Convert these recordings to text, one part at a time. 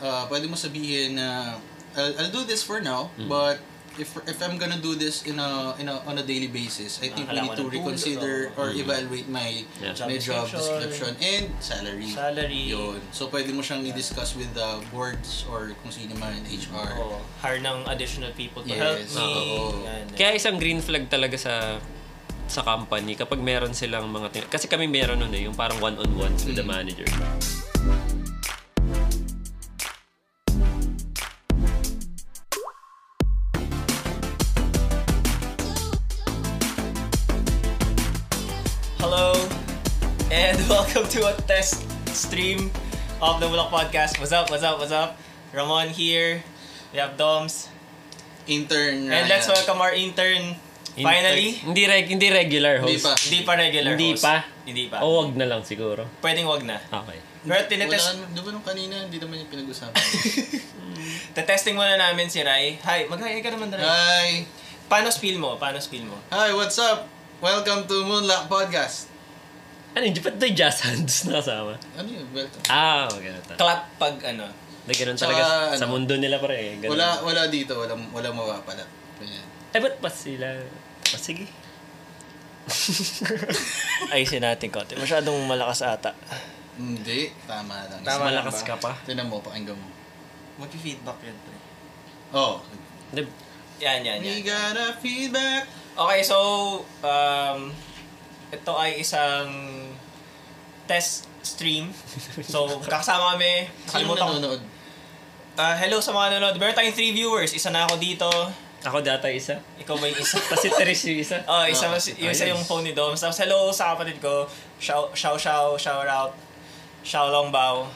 uh, pwede mo sabihin na I'll, I'll do this for now, Mm. but if if I'm gonna do this in a in a on a daily basis, I think we Kailangan need to ng tulong, reconsider oo. or evaluate my Mm. Yeah. my job description oh. description. and salary. Salary. Yun. So pwede mo siyang i-discuss with the boards or kung sino man HR. Oo. hire ng additional people to Yes. help me. Oo. Yan, eh. Kaya isang green flag talaga sa sa company kapag meron silang mga tin- kasi kami meron nun eh yung parang one-on-ones with the Mm. manager. Hello, and welcome to a test stream of the Bulak Podcast. What's up, what's up, what's up? Ramon here. We have Doms. Intern. Ryan. And let's welcome our intern. Hindi- Finally, hindi reg hindi regular Hindi host. pa. hindi pa regular Hindi host. pa. Hindi pa. O wag na lang siguro. Pwedeng wag na. Okay. Pero tinetest, Wala, di ba nung kanina, hindi naman yung pinag-usapan. testing muna namin si Rai. Hi, mag-hi ka naman Rai. Hi! Paano spill mo? Paano spill mo? Hi, what's up? Welcome to Moonlock Podcast. Ano yun? Ba't may jazz hands na kasama? Ano yun? Welcome. Ah, ganun ta. Clap pag ano. Na ganun Tsaka, talaga sa- sa ano, mundo nila pare. eh. Ganun. Wala, wala dito. Wala, wala mapapalat. Ganyan. Eh, ba't pa sila? Ah, sige. Ayusin natin konti. Masyadong malakas ata. Hindi. Tama lang. Tama. lang Malakas ba? ka pa. Tinan mo, pakinggan mo. Magpi-feedback yan, pre. Oh. Hindi, Yan, yan, We yan. got a feedback. Okay, so, um, ito ay isang test stream. So, kakasama kami. Sino Nakalimutan ko. nanonood? Ah, hello sa mga nanonood. Meron tayong three viewers. Isa na ako dito. Ako data isa. Ikaw ba yung isa? Tapos si Teres yung isa. Oh, isa, Ah, yung isa ayos. yung phone ni Dom. Tapos hello sa kapatid ko. Shout, shout, shout, shout out. Shout long bao.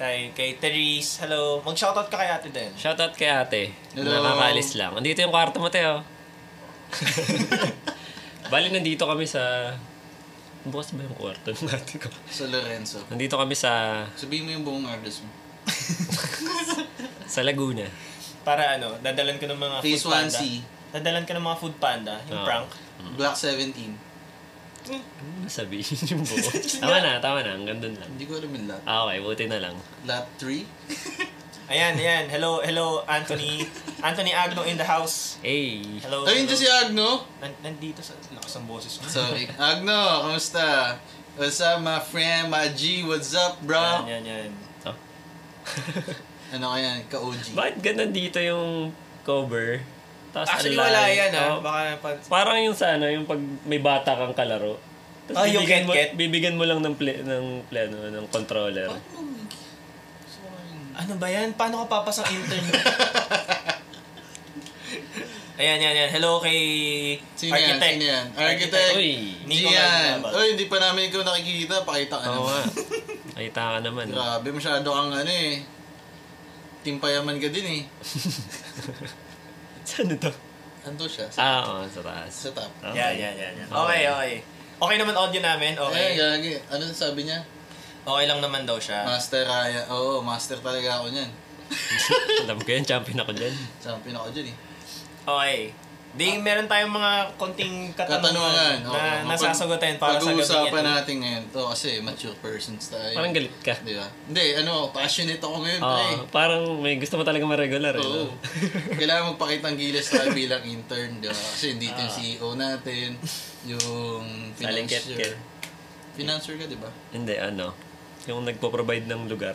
Kay, kay Therese. Hello. Mag-shoutout ka kay ate din. Shoutout kay ate. Hello. Nakakalis lang. Andito yung kwarto mo, Teo. Bali, nandito kami sa... Bukas ba yung kwarto ng ate ko? Sa Lorenzo. Nandito kami sa Sabihin mo yung buong address mo. sa Laguna. Para ano, dadalan ko ng mga Phase food panda. Hmm. 1C. Dadalan ko ng mga food panda. Yung Oo. prank. Block 17. Ano nasabihin yung buo? tama na, tama na. Ang ganda lang. Hindi ko alam yung lot. Ah, Okay, buti na lang. Lot 3? Ayan, ayan. Hello, hello, Anthony. Anthony Agno in the house. Hey! Hello. Ayun hello. dyan si Agno. Nan- nandito sa lakas ng boses mo. Sorry. Agno, kamusta? What's up, my friend? My G, what's up, Yan, bro? yan, yan. Oh. Ano ka yan? Ka-OG. Bakit ganun dito yung cover? Tapos Actually, ang wala lalim. yan ah. Oh, Baka napan- Parang yung sa ano, yung pag may bata kang kalaro. Tapos Ah, yung bibigyan mo, get-get? bibigyan mo lang ng play, ng play, ano, ng controller. Ano ba yan? Paano ka papasang intern? Ayan, yan, yan. Hello kay Sino yan? Architect. Sino yan? Architect. Uy. Hindi ko Gian! nalaman. Uy, hindi pa namin ikaw nakikita. Pakita ka Oo nga. naman. Ay, taka naman. Ano ah. Grabe, masyado kang ano eh. Timpayaman ka din eh. Saan ito? Ando siya. Sa, Ah, oo, sa taas. sa top. Okay. Yan, yan, yan, yan. Okay, okay. Okay naman audio namin. Okay. Eh, Okay. gagi. Ano sabi niya? Okay lang naman daw siya. Master Raya. Oo, master talaga ako niyan. Alam ko yan, champion ako dyan. Champion ako dyan eh. Okay. Di, meron tayong mga konting katanungan Katanungan. oo, na mapag- nasasagutin para sa gabi Pag-uusapan niya. natin ngayon to kasi mature persons tayo. Parang galit ka. Di ba? Hindi, ano, passionate ako ngayon. Oo, pre. parang may gusto mo talaga ma-regular. Eh, Oo. no? Kailangan magpakita ng gilas tayo bilang intern, di ba? Kasi dito Ah. yung CEO natin, yung Saling financier. ket-ket. Financer ka, di ba? Hindi, ano. Yung nagpo-provide ng lugar.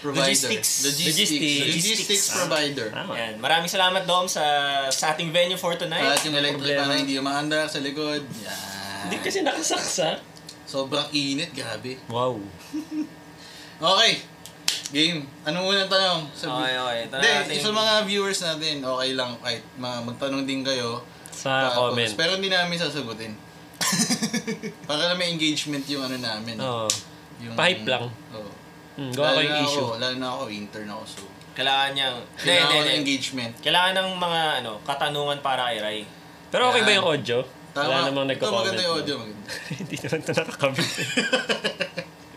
Provider. Logistics. Logistics. Logistics. Ah. Logistics provider. Tama. Yan. Maraming salamat, Dom, sa, sa ating venue for tonight. At yung electric Ah. na problema. hindi umaandar sa likod. Yan. Hindi kasi nakasaksa. Sobrang init, grabe. Wow. Okay. Game. Anong unang tanong? Okay, okay. Tanong Hindi, natin. sa mga viewers natin, okay lang kahit ma- magtanong din kayo. Sa Tapos, Ah, comment. Pero hindi namin sasagutin. Para na may engagement yung ano namin. Oo. Yung, Pa-hype lang. Oo. Mm, gawa ko Lalo yung na issue. Ako, lalo na ako, intern ako. So, Kailangan niya. Hindi, kailangan hindi, ko ng hindi. engagement. Kailangan ng mga ano, katanungan para kay Rai. Pero okay ba Yan. yung audio? Tama. Wala namang Ito nagko-comment. maganda yung no? audio. Maganda. Hindi naman ito nakakabit.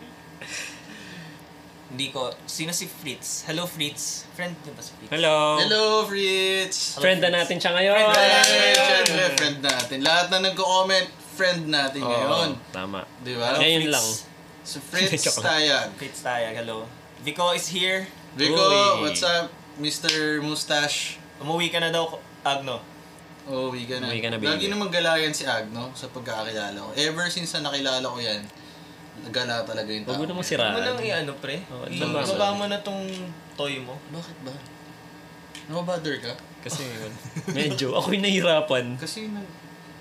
Hindi ko. Sino si Fritz? Hello, Fritz. Friend niyo ba si Fritz? Hello. Hello, Fritz! Friend na natin siya ngayon. Friend na natin. Hey, Siyempre, friend natin. Lahat na nagko-comment, friend natin Oo, ngayon. Tama. Di ba? Ngayon Fritz. lang. So, Fritz Joke lang. Tayag. Fritz Tayag, hello. Vico is here. Vico, Uy. what's up? Mr. Mustache. Umuwi ka na daw, Agno. Oh, we gonna. Uwi ka na, Lagi baby. namang gala yan si Agno sa pagkakakilala ko. Ever since na nakilala ko yan, gala talaga yung tao. Huwag mo namang Ano mo siraan. nang i-ano, pre? Oo, I- tama. Ibaba mo na tong toy mo. Bakit ba? Nababother ka? Kasi medyo ako'y nahirapan. Kasi nag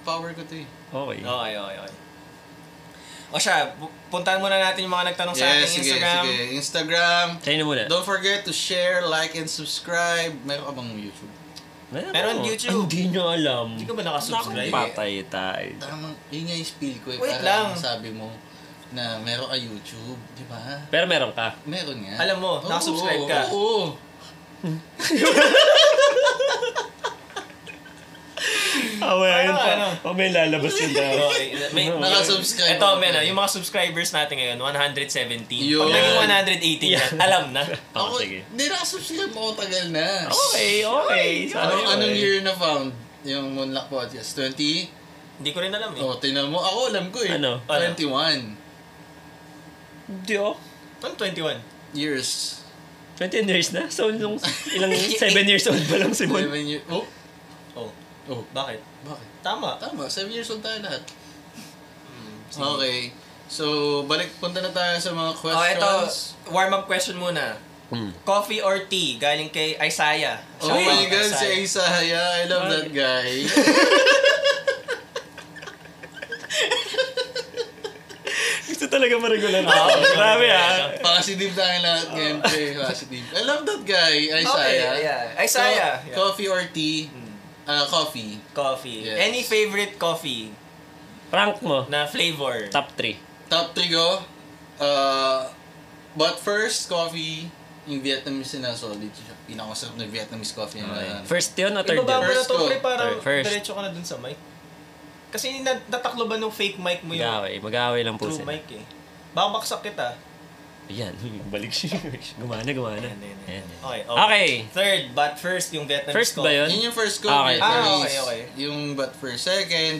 power ko to eh. Okay. Okay, okay, okay. O siya, bu- puntahan muna natin yung mga nagtanong sa Yes, ating sige, Instagram. sige. Instagram. Tayo na muna. Don't forget to share, like, and subscribe. Meron ka bang YouTube? Meron ako. YouTube. Hindi nyo alam. Hindi ka eh. ba nakasubscribe? Naku, Patay tayo. Tamang, yun nga yung spiel ko eh. Wait Parang lang. Sabi mo na meron ka YouTube, di ba? Pero meron ka. Meron nga. Alam mo, Oo, nakasubscribe ka. Oo. Awayan pa. O Oh, may lalabas yun daw. Ano, Okay, may, Nakasubscribe Ito, ako. men, ah, Mm-hmm. yung mga subscribers natin ngayon, 117. Yun. Pag naging 118 yan, alam na. Ako, Oh, sige. hindi nakasubscribe ako tagal na. Okay, okay. eh, Sana Anong, okay. anong year na found yung Moonlock Podcast? 20? Hindi ko rin alam eh. Oh, tinan mo. Ako alam ko eh. Ano? Ano? 21 Hindi oh. Ano, 21? years. 20 years na? So, nung ilang 7 years old pa Ano lang si Mon. 7 years. Oh, Oh, oh. bakit? Bakit? Tama. Tama, 7 years old tayo lahat. Okay. So, balik punta na tayo sa mga Oh, questions. Hmm. ito, warm-up question muna. Coffee or tea? Galing kay Isaiah. Oh Shout my out, God, si Isaiah. Isaiah. I love that guy. Gusto talaga maregular Oo, na. Grabe ah. Positive tayo lahat ngayon, pre. Positive. I love that guy, Isaiah. Okay, yeah. Isaiah. Co- Yeah. Hmm. Coffee or tea? Ah, coffee. Coffee. Yes. Any favorite coffee Rank mo. na flavor? Top 3. Top 3 ko. Uh, but first, coffee. Yung Vietnamese na solid siya. Pinakasarap na Vietnamese coffee na. Okay. First yun o third Ibaba yun? mo First na to, ko. pre, para First. diretso ka na dun sa mic. Kasi nat- nataklo ba nung fake mic mo yung Mag-away. Mag-away lang po true sila. mic eh. Baka baksak kita. Ayan. Balik siya. Gumana, gumana. Ayan, ayan, Ano? Ayan. ayan. Okay, oh. Okay. Third, but first, yung Vietnamese First ba coffee. yun? Yun yung first ko, Okay. Vietnamese. Ah, okay, okay. Yung but first. Second,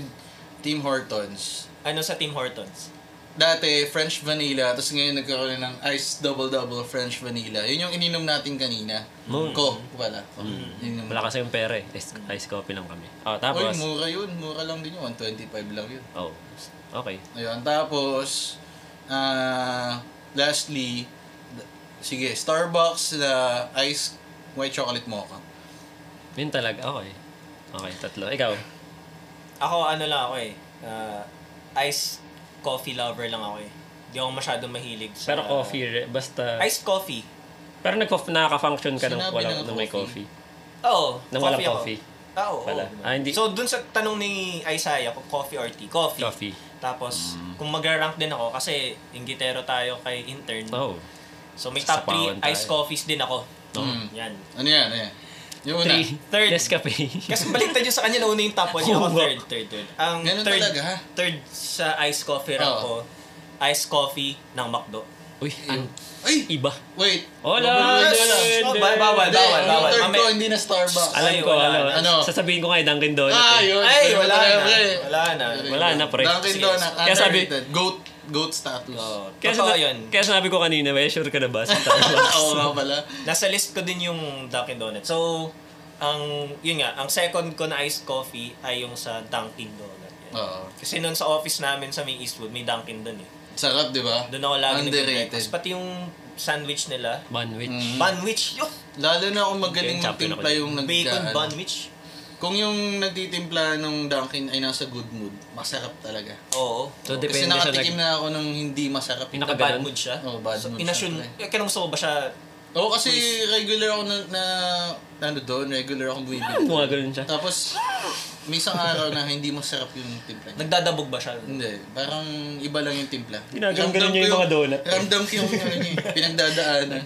Tim Hortons. Ano sa Tim Hortons? Dati, French Vanilla. Tapos ngayon nagkaroon ng Ice Double Double French Vanilla. Yun yung ininom natin kanina. Mm. Coke pala. Mm. Ininom. Wala kasi yung pera eh. Ice, ice coffee lang kami. Oh, Uy, tapos. mura yun. Mura lang din yun. 125 lang yun. Oh. Okay. Ayun, tapos, ah, lastly, d- sige, Starbucks na ice white chocolate mocha. Yun talaga. Okay. Okay, tatlo. Ikaw. Ako, ano lang ako eh. ah, ice coffee lover lang ako eh. Hindi ako masyadong mahilig sa... Pero coffee, re- basta... Ice coffee. Pero nag-coff- nakaka-function ka nang Sinabi wala, na nga nang may coffee. coffee. Oo, Nang walang ako. coffee. Ah, oo. Wala. oo. Ah, hindi. So, dun sa tanong ni Isaiah, kung coffee or tea, Mm. coffee. Coffee. Mm. Tapos, kung magra-rank din ako, kasi ingitero tayo kay intern. Oh. So, may top Sasapawan 3 iced tayo. coffees din ako. Mm. Yan. Ano yan? Ano yan? Yung una. Three. Third. Nescafe. Kasi baliktad yung sa kanya, nauna yung top 1, Oh, yung ako third, third, third. Ang Ganun third, talaga, ha? third sa iced coffee rank Oo. ko, iced coffee ng McDo. Uy, ang Ay! iba. Wait! Hola! Yes! Yes! Oh, bawal, bawal, Hindi, bawal, yung bawal. third ko, Mamaya- hindi na Starbucks. Alam Ay, ko, wala alam. na. Ano? Sasabihin ko kay Dunkin' Donuts. Ah, eh. yun. Ay, Third wala tayo, na. pre. Wala na. Wala na, pre. Dunkin' Sige. Donuts, Kaya sabi- underrated. Goat, goat status. Oh, Kaya, totoo sina- yun. kaya sinabi ko kanina, may sure ka na ba? sa Starbucks? Oo nga pala. Nasa list ko din yung Dunkin' Donuts. So, ang, yun nga, ang second ko na iced coffee ay yung sa Dunkin' Donuts. Yan. Oo. Kasi nun sa office namin sa may Eastwood, may Dunkin' dun eh. Sarap, di ba? Doon ako lagi Underrated. nag-breakfast. Pati yung sandwich nila, Manwich. Mm. Banwich, yo! Lalo na kung magaling Okay, champion magtimpla ako yung nag Bacon ano. banwich. Kung yung nagtitimpla ng Dunkin ay nasa good mood, masarap talaga. Oo. So, Kasi depende sa nakatikim nag... na ako ng hindi masarap. Yung Na naka- bad ganun? mood siya. Oh, bad so, mood Inasyon, siya, eh, kinungso ko ba siya? Oo, kasi regular ako na, na ano doon, regular akong bumibili. Mga ganun siya. Tapos, may isang araw na hindi masarap yung timpla niya. Nagdadabog ba siya? Hindi, parang iba lang yung timpla. Ginaganggalan Ramdam niya ko yung mga donut. Ramdam ko yung ano niya, eh, pinagdadaanan.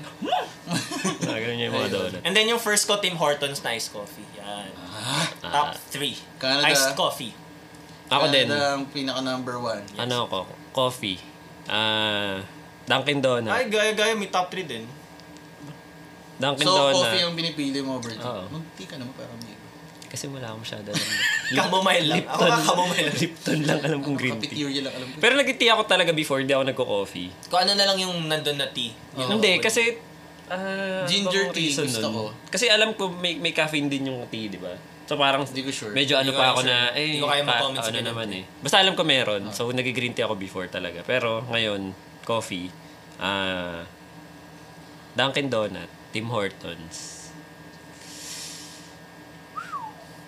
Mga ganun yung mga Ayun. donut. And then yung first ko, Tim Hortons na iced coffee. Yan. Top 3. Canada. Iced coffee. Ah, Ako Kaya din. na ang pinaka number one. Ano ako? Coffee. Ah... Dunkin' Donuts. Ay, gaya-gaya, may top 3 din. Dunkin' So, Donuts. coffee yung pinipili mo, Virgil. Oo. Munti ka naman parang hindi. Kasi wala akong masyado. Chamomile lang. Ako ka chamomile lang. Lipton lang alam kong green tea. Kapitiriya lang alam ko. Pero nag-tea ako talaga before, hindi ako nagko-coffee. Kung ano na lang yung nandun na tea. Yun ang Hindi, ako. kasi Ah, ano Ginger bang tea, reason gusto nun? ko. Kasi alam ko may, may caffeine din yung tea, di ba? So parang Hindi ko sure. medyo ano Hindi ko pa kaya ako sure. na, eh, Hindi ko kaya pa- mag-comment sa ano ganun. Ah. naman eh. Basta alam ko meron. So nag-green tea ako before talaga. Pero ngayon, coffee, ah, Dunkin' Donut, Tim Hortons.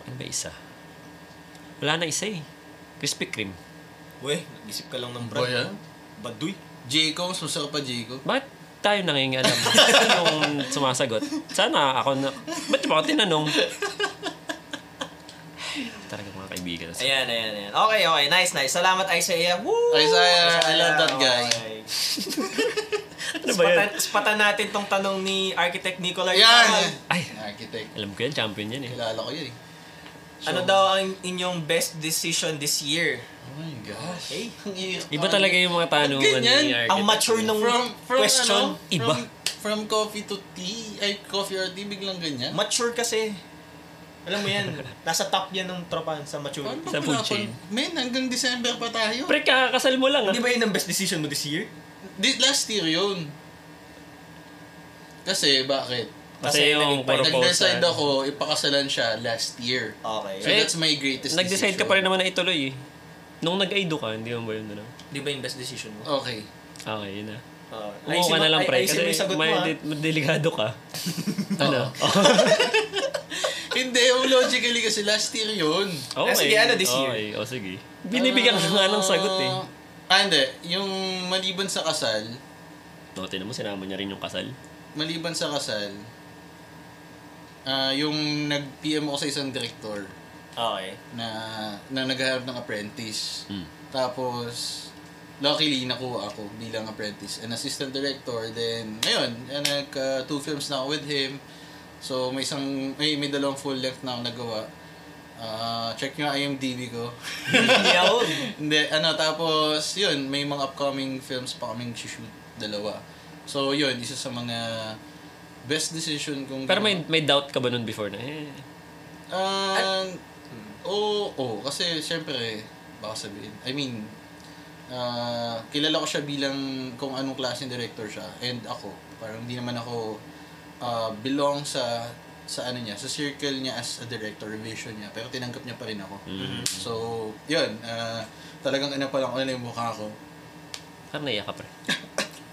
Ano ba isa? Wala na isa eh. Krispy Kreme. Uy, nag-isip ka lang ng Boy, ah. brand. Baduy. Jacobs, masarap pa Jacob. Bakit tayo nangingialam? yung sumasagot. Sana ako na... Ba't ba ako tinanong? Talaga mga kaibigan. Ayan, ayan, ayan. Okay, okay. Nice, nice. Salamat, Isaiah. Woo! Isaiah, I love that guy. Okay. Ano ba Spatan, yan? spatan natin tong tanong ni Architect Nicola. Yan! Ay, Architect. alam ko yan. Champion yan eh. Ah, Kilala ko yun eh. Ano daw ang inyong best decision this year? Oh my gosh. Okay. Ang i- Iba talaga yung mga tanungan Ganyan. ni Architect. Ang mature nung From, from question. ano? from- iba. From, coffee to tea. Ay, coffee or tea, biglang ganyan. Mature kasi. Alam mo yan, nasa top yan ng tropan sa maturity. Paano Sa pa food pala chain. Men, hanggang December pa tayo. Pre, kakakasal mo lang ah. Hindi ba yun ang best decision mo this year? Di, last year yun. Kasi, bakit? Kasi Kasi yung nag-invite- Nag-decide proposal. ako, ipakasalan siya last year. So, Okay. Eh, that's my greatest Nag-decide ka decision. pa rin naman na ituloy eh. Nung nag-aido ka, hindi mo ba yun ano? Di ba yung best decision mo? Okay. Okay, yun ah. Oo. Oo ka na lang, pre. Ayusin mo Kasi yung sagot mo, may ah. de- delikado ka. ano? Hindi, yung logically kasi last year yun. Okay. Ah, sige, ano this year? Okay, o sige. Binibigyan ka nga ng sagot eh. Ah, Ah, hindi. Yung maliban sa kasal, No, tinan mo, sinama niya rin yung kasal. maliban sa kasal, ah yung nag-PM ako sa isang director Okay. na, na naghaharap ng apprentice. Hmm. Tapos, luckily, nakuha ako bilang apprentice and assistant director. Then, ngayon, eh, nagka two films na ako with him. So, may isang, may, may dalawang full length na ako nagawa. Ah, check nyo ang IMDb ko. Hmm, Yun. Hindi, ano, tapos, yun, may mga upcoming films pa kaming shoot dalawa. So, yun, isa sa mga best decision kong... Pero may, may doubt ka ba nun before na eh? Ah, oo, oo, kasi syempre, baka sabihin, I mean, ah, kilala ko siya bilang kung anong klaseng director siya and ako. Parang hindi naman ako ah, belong sa sa ano niya, sa circle niya as a director, vision niya. Pero tinanggap niya pa rin ako. So, yun, ah, talagang ano pa lang ko na yung mukha ko. Parang naiyak ka pre.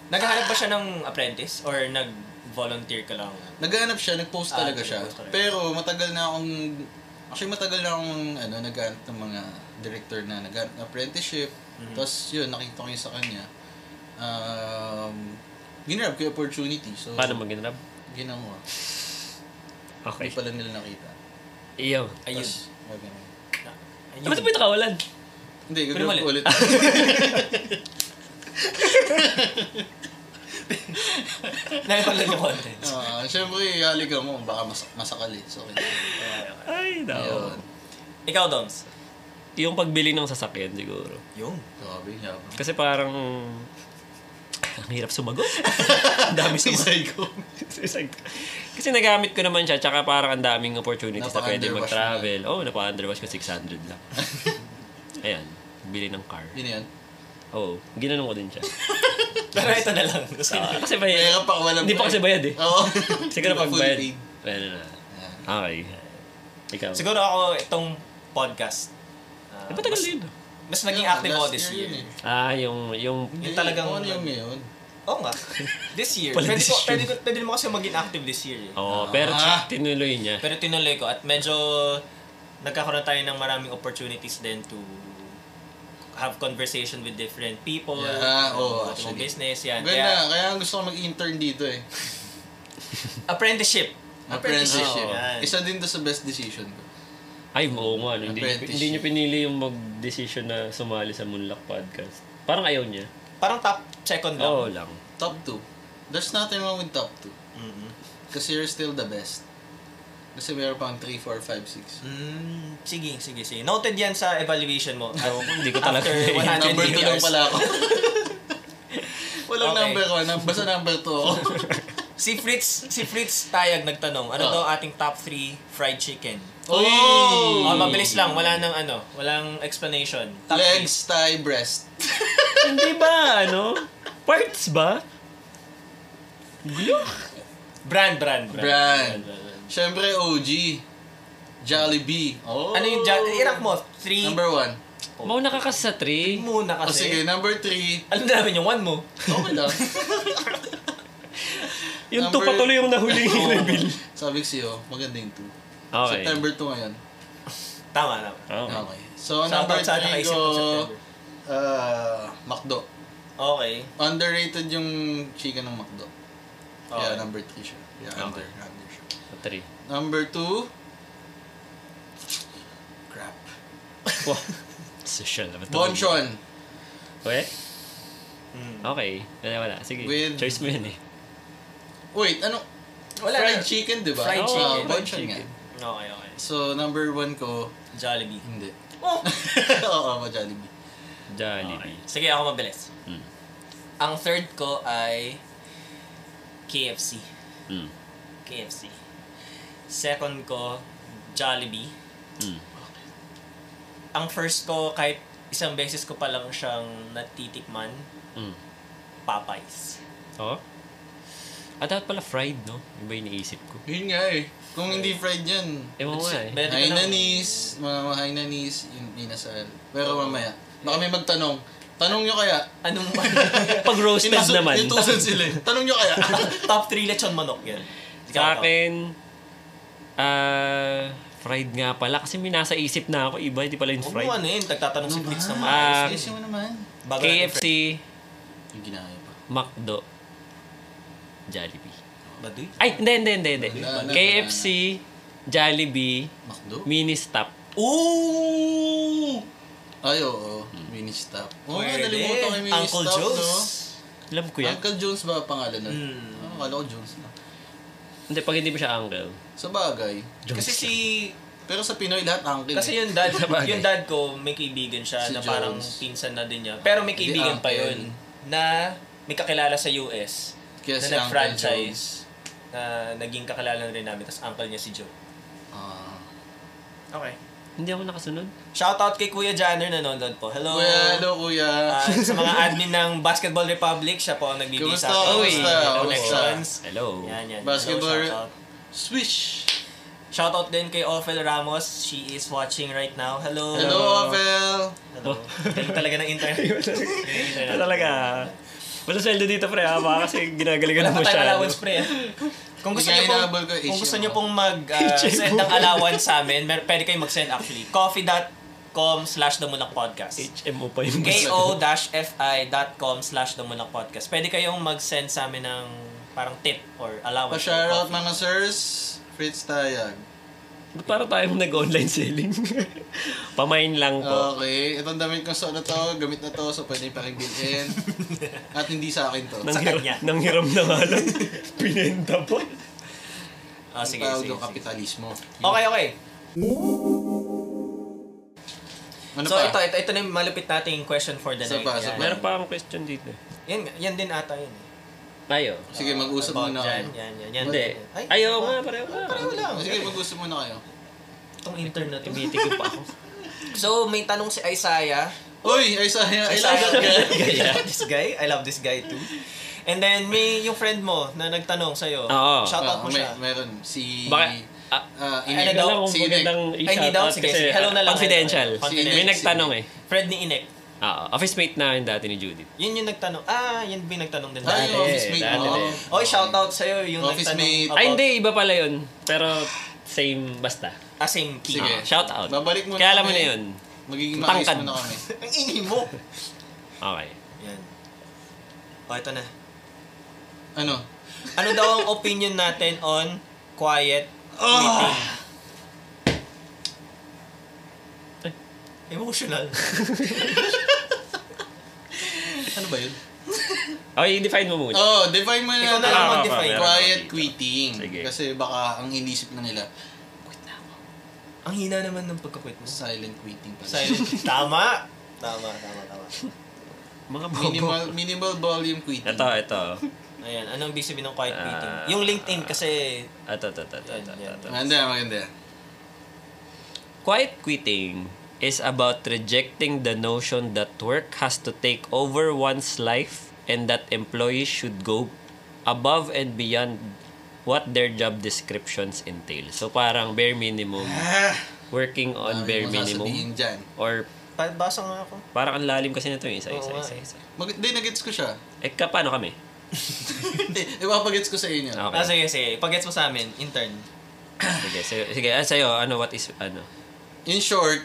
Naghahanap ba siya ng apprentice or nag-volunteer ka lang? Naghanap siya, nag-post Ah, talaga siya. nag-post talaga. Pero matagal na akong actually matagal na akong ano naghanap ng mga director na naghanap ng apprenticeship. Mhm. Tapos yun, nakita ko yun sa kanya. Um, ginrab ko yung opportunity. So, Paano mo ginrab? Ginawa. Okay. Hindi pala nila nakita. Iyo. Ayun. Tas, wag ganun. Ayun. Dapat Ano ba ito kawalan? Hindi, Kunin mo gagrab ko ulit. Naipaglag yung content. Ah, Siyempre, haliga mo. Baka mas masakali. So, okay. Ay, nao. Ayun. Ikaw, Doms. Yung pagbili ng sasakyan siguro. Yung. Grabe, yabang. Kasi parang... Ang hirap sumagot. ang dami sumagot. Isay ko. Suicide ka. Kasi nagamit ko naman siya, tsaka parang ang daming opportunities na pwede Napaka-underwash mag-travel. Oo, oh, napa-underwash ko 600 lang. Ayan, bili ng car. Yun na yan. Oo, oh, ginanong ko din siya. Pero ito na lang. Ah. Sa- Kasi bayad. Mahirap pa walang Hindi pa kasi bayad eh. Oo. Siguro Hindi pa pag full bayad. paid. Ayan na. Ayan. Okay. Ikaw. Siguro, Siguro ako itong podcast. ah, ba't tagal mas, din? mas naging Yun, active ako last this year. yun eh. Ah, yung, yung, Hindi, ano talagang- yung yun? Oo nga. This year. Pala pwede, ko, decision. pwede, ko, pwede mo kasi maging active this year. eh. oh, pero Ah. tinuloy niya. Pero tinuloy ko at medyo nagkakaroon tayo ng maraming opportunities then to have conversation with different people. Yeah, oo, about actually. yung business, yan. Ganda, Kaya, kaya gusto ko mag-intern dito eh. apprenticeship. Apprenticeship. Oh. Yan. Isa din to sa best decision ko. Ay, oo nga. no. Hindi, Apprentice. hindi niya pinili yung mag-decision na sumali sa Moonlock Podcast. Parang ayaw niya. Parang top second lang. Oo lang. Top 2. There's nothing wrong with top 2. Mhm. Kasi you're still the best. Kasi meron pang 3, 4, 5, 6. Mm, sige, sige, sige. Noted yan sa evaluation mo. Oo, hindi ko talaga. After 100 Number 2 lang years. pala ako. Walang Okay. number 1. Basta number 2 ako. Si Fritz, si Fritz Tayag nagtanong, ano Oh. daw ating top 3 fried chicken? Uy! Oh, mabilis lang, wala nang ano, walang explanation. Top three. Legs, thigh, breast. hindi ba, ano? Parts ba? Gulo? Brand, brand, brand. Brand. brand, brand. Siyempre, OG. Jollibee. Oh. Ano yung dyan? Irak mo? Three. Number one. Mauna ka kasi sa Three 3. muna O sige, kasi. number three. Alam namin yung one mo. Okay lang. Yung 2 Number- patuloy yung nahuling level. Sabi ko sa'yo, maganda yung two. Okay. September 2 ngayon. Tama, tama. Okay. Okay. So, Shout Oh, number out sa three nakaisip ko, ko September. uh, McDo. Okay. Underrated yung chicken ng McDo. Okay. Yeah, number 3 siya. Yeah, under, Okay. under siya. Sa 3. Number 2, crap. Wow. Social. Ano ba ito? Bonchon. Okay? Mm. Oh, Okay. Wala, wala. Sige. With- Choice mo yun eh. Wait, ano? Wala fried na. chicken, di ba? Fried Oo, chicken. Bonchon nga. Okay, okay. So, number 1 ko, Jollibee. hindi. Oh! Oo, ako, Jollibee. Jollibee. Sige, ako mabilis. Hmm. Mm. Ang third ko ay KFC. Mm. KFC. Second ko, Jollibee. Mm. Ang first ko, kahit isang beses ko pa lang siyang natitikman, Mm. Hmm. Popeyes. Oo. Ah, dapat pala fried, no? Yung ba yung iniisip ko? Yun nga eh. Kung hindi fried yan, Ewan ko nga eh. Meron ka lang- Hainanese, mga mga Hainanese, in, inasal. Pero mamaya, baka may magtanong. Tanong nyo kaya. Anong Pag roasted Inuso- naman. Inutusan sila eh. Tanong nyo kaya. top 3 lechon manok yan? Sa akin, ah, fried nga pala. Kasi may nasa isip na ako. Iba, hindi pala yung Huwag fried. mo ano yun, nagtatanong si Ano Blitz ba? na maayos. Ah, Ayusin mo naman. Bago natin fried. KFC, Yung ginaya pa. McDo, Jollibee. Baduy? Ay, hindi, hindi, hindi, hindi. Wala, wala, KFC, Jollibee, Macdo? Mini Stop. Ooh! Ay, oo. Mini Stop. Oo nga, Pwede. nalimutan ko yung Mini Uncle Stop, Joe's. no? Alam ko yan. Uncle Jones ba ang pangalan nun? Hmm. Ah, akala ko Jones na. Hindi, pag hindi mo siya uncle. Sa bagay. Jones Kasi si... Pero sa Pinoy, lahat uncle. Kasi eh. yung dad, Sabagay. yung dad ko, may kaibigan siya Si na parang Jones. pinsan na din niya. Pero may Hindi kaibigan pa uncle. yun na may kakilala sa US Kaya si na Uncle nag-franchise na naging kakilala na rin namin. Tapos uncle niya si Joe. Ah. Okay. Hindi ako nakasunod. Shoutout kay Kuya Janner na nanonood po. Hello! Kuya, hello kuya. Ah, sa mga admin ng Basketball Republic, siya po ang nagbibigay Kumusta? sa atin. Uy, ng kumusta? connections. Hello. Yan, yan. Basketball- Hello, shoutout. Swish! Shoutout din kay Ophel Ramos. She is watching right now. Hello. Hello, Opel! Hello. Galing talaga ng internet. Galing ng internet. Ito talaga. Wala sweldo dito, pre. Ha? Baka kasi ginagaligan Wala mo pa tayong siya. allowance pre. ah. Kung gusto Hindi niyo nga pong, hinahabol ko, eh, kung gusto siya niyo mo. pong mag-send ng allowance sa amin, mer- pwede kayong mag-send actually. coffee.com slash Damunak Podcast. HMO pa yung gusto. ko-fi.com slash Damunak Podcast. Pwede kayong mag-send sa amin ng parang tip or allowance. Pa-shoutout or mga sirs, Fritz Tayag. Ba't para tayong nag-online selling? Pamain lang po. Okay, itong damit kong suot na to, gamit na to, so pwede pa rin bilhin. At hindi sa akin to. nang, sa hiram, kanya. nang hiram na nga lang. Pinenta po. coffee. Ah, sige, Tawag ng sige, sige. kapitalismo. Okay, okay. Ano so pa? ito, ito, ito na yung malupit nating question for the Isa night. pa, isa Yan. pa. Meron pa akong question dito. eh. Yan, yan din ata yun. eh. Tayo. Sige, mag-usap About muna Dyan, kayo. yan, yan, yan. Hindi. Ay, Ayaw ano nga, ba? pareho na. Pareho lang. Sige, mag-gusto muna kayo. Itong internet. Ibiti ko pa ako. so, may tanong si Isaiah. Uy, ay saya, ay Isaiah, saya. I love this guy. I love this guy too. And then, may yung friend mo na nagtanong sa'yo. Oo. Ah, Shoutout mo siya. Meron, si... Bakit? Ah, Ah, Hindi Inek. ko alam kung Si Inek. magandang Ay, hindi daw. i-shoutout Sige, kasi sige. Hello na lang. confidential. Hello na lang. May Confidential. nagtanong eh. Friend ni Inek. Oo, office mate namin dati ni Judith. Yun yung nagtanong. Ah, yun ba yung nagtanong din? Ay, oh, dati? yung office mate dati. mo. Oy, shoutout sa'yo yung Office nagtanong. mate. about- Ay, hindi. Iba pala yun. Pero same, basta. Ah, same key. Sige. Ah, shout out. Babalik muna Kaya alam mo kami. na yun. Magiging Tangkad. maayos muna kami. Ang ingi mo. Okay. Yan. O, ito na. Ano? Ano daw ang opinion natin on quiet Ah! quitting? Emotional. Ano ba yun? Okay, define mo muna. Oh, define mo Ikaw na na lang Ah, mag-define. okay. Quiet Dito. quitting. Sige. Kasi baka ang inisip na nila, Ang hina naman ng pagka-quit mo. silent quitting pala. Silent. tama. Tama, tama, tama. Mga bobo. Minimal, minimal volume quitting. Ito, ito. Ayan, anong ibig sabihin ng quiet Ah. quitting? Yung LinkedIn kasi... Ito, ito, ito, ito, ito, ito, ito. Maganda, maganda. Quiet quitting is about rejecting the notion that work has to take over one's life and that employees should go above and beyond what their job descriptions entail. So parang bare minimum, working Ah, on Dami bare mong Ah, sasabihin minimum, dyan. or Pa- Basa nga ako. parang ang lalim kasi nito yung isa, Oo isa, nga isa, eh. isa. Mag- Hindi, nagets ko siya. Eh, ka, paano kami? Ipapagets ko sa inyo. Okay. Ah, sige, sige. Pag-gets mo sa amin, intern. sige, sige, sige. Ah, sa'yo, ano, what is, ano? In short,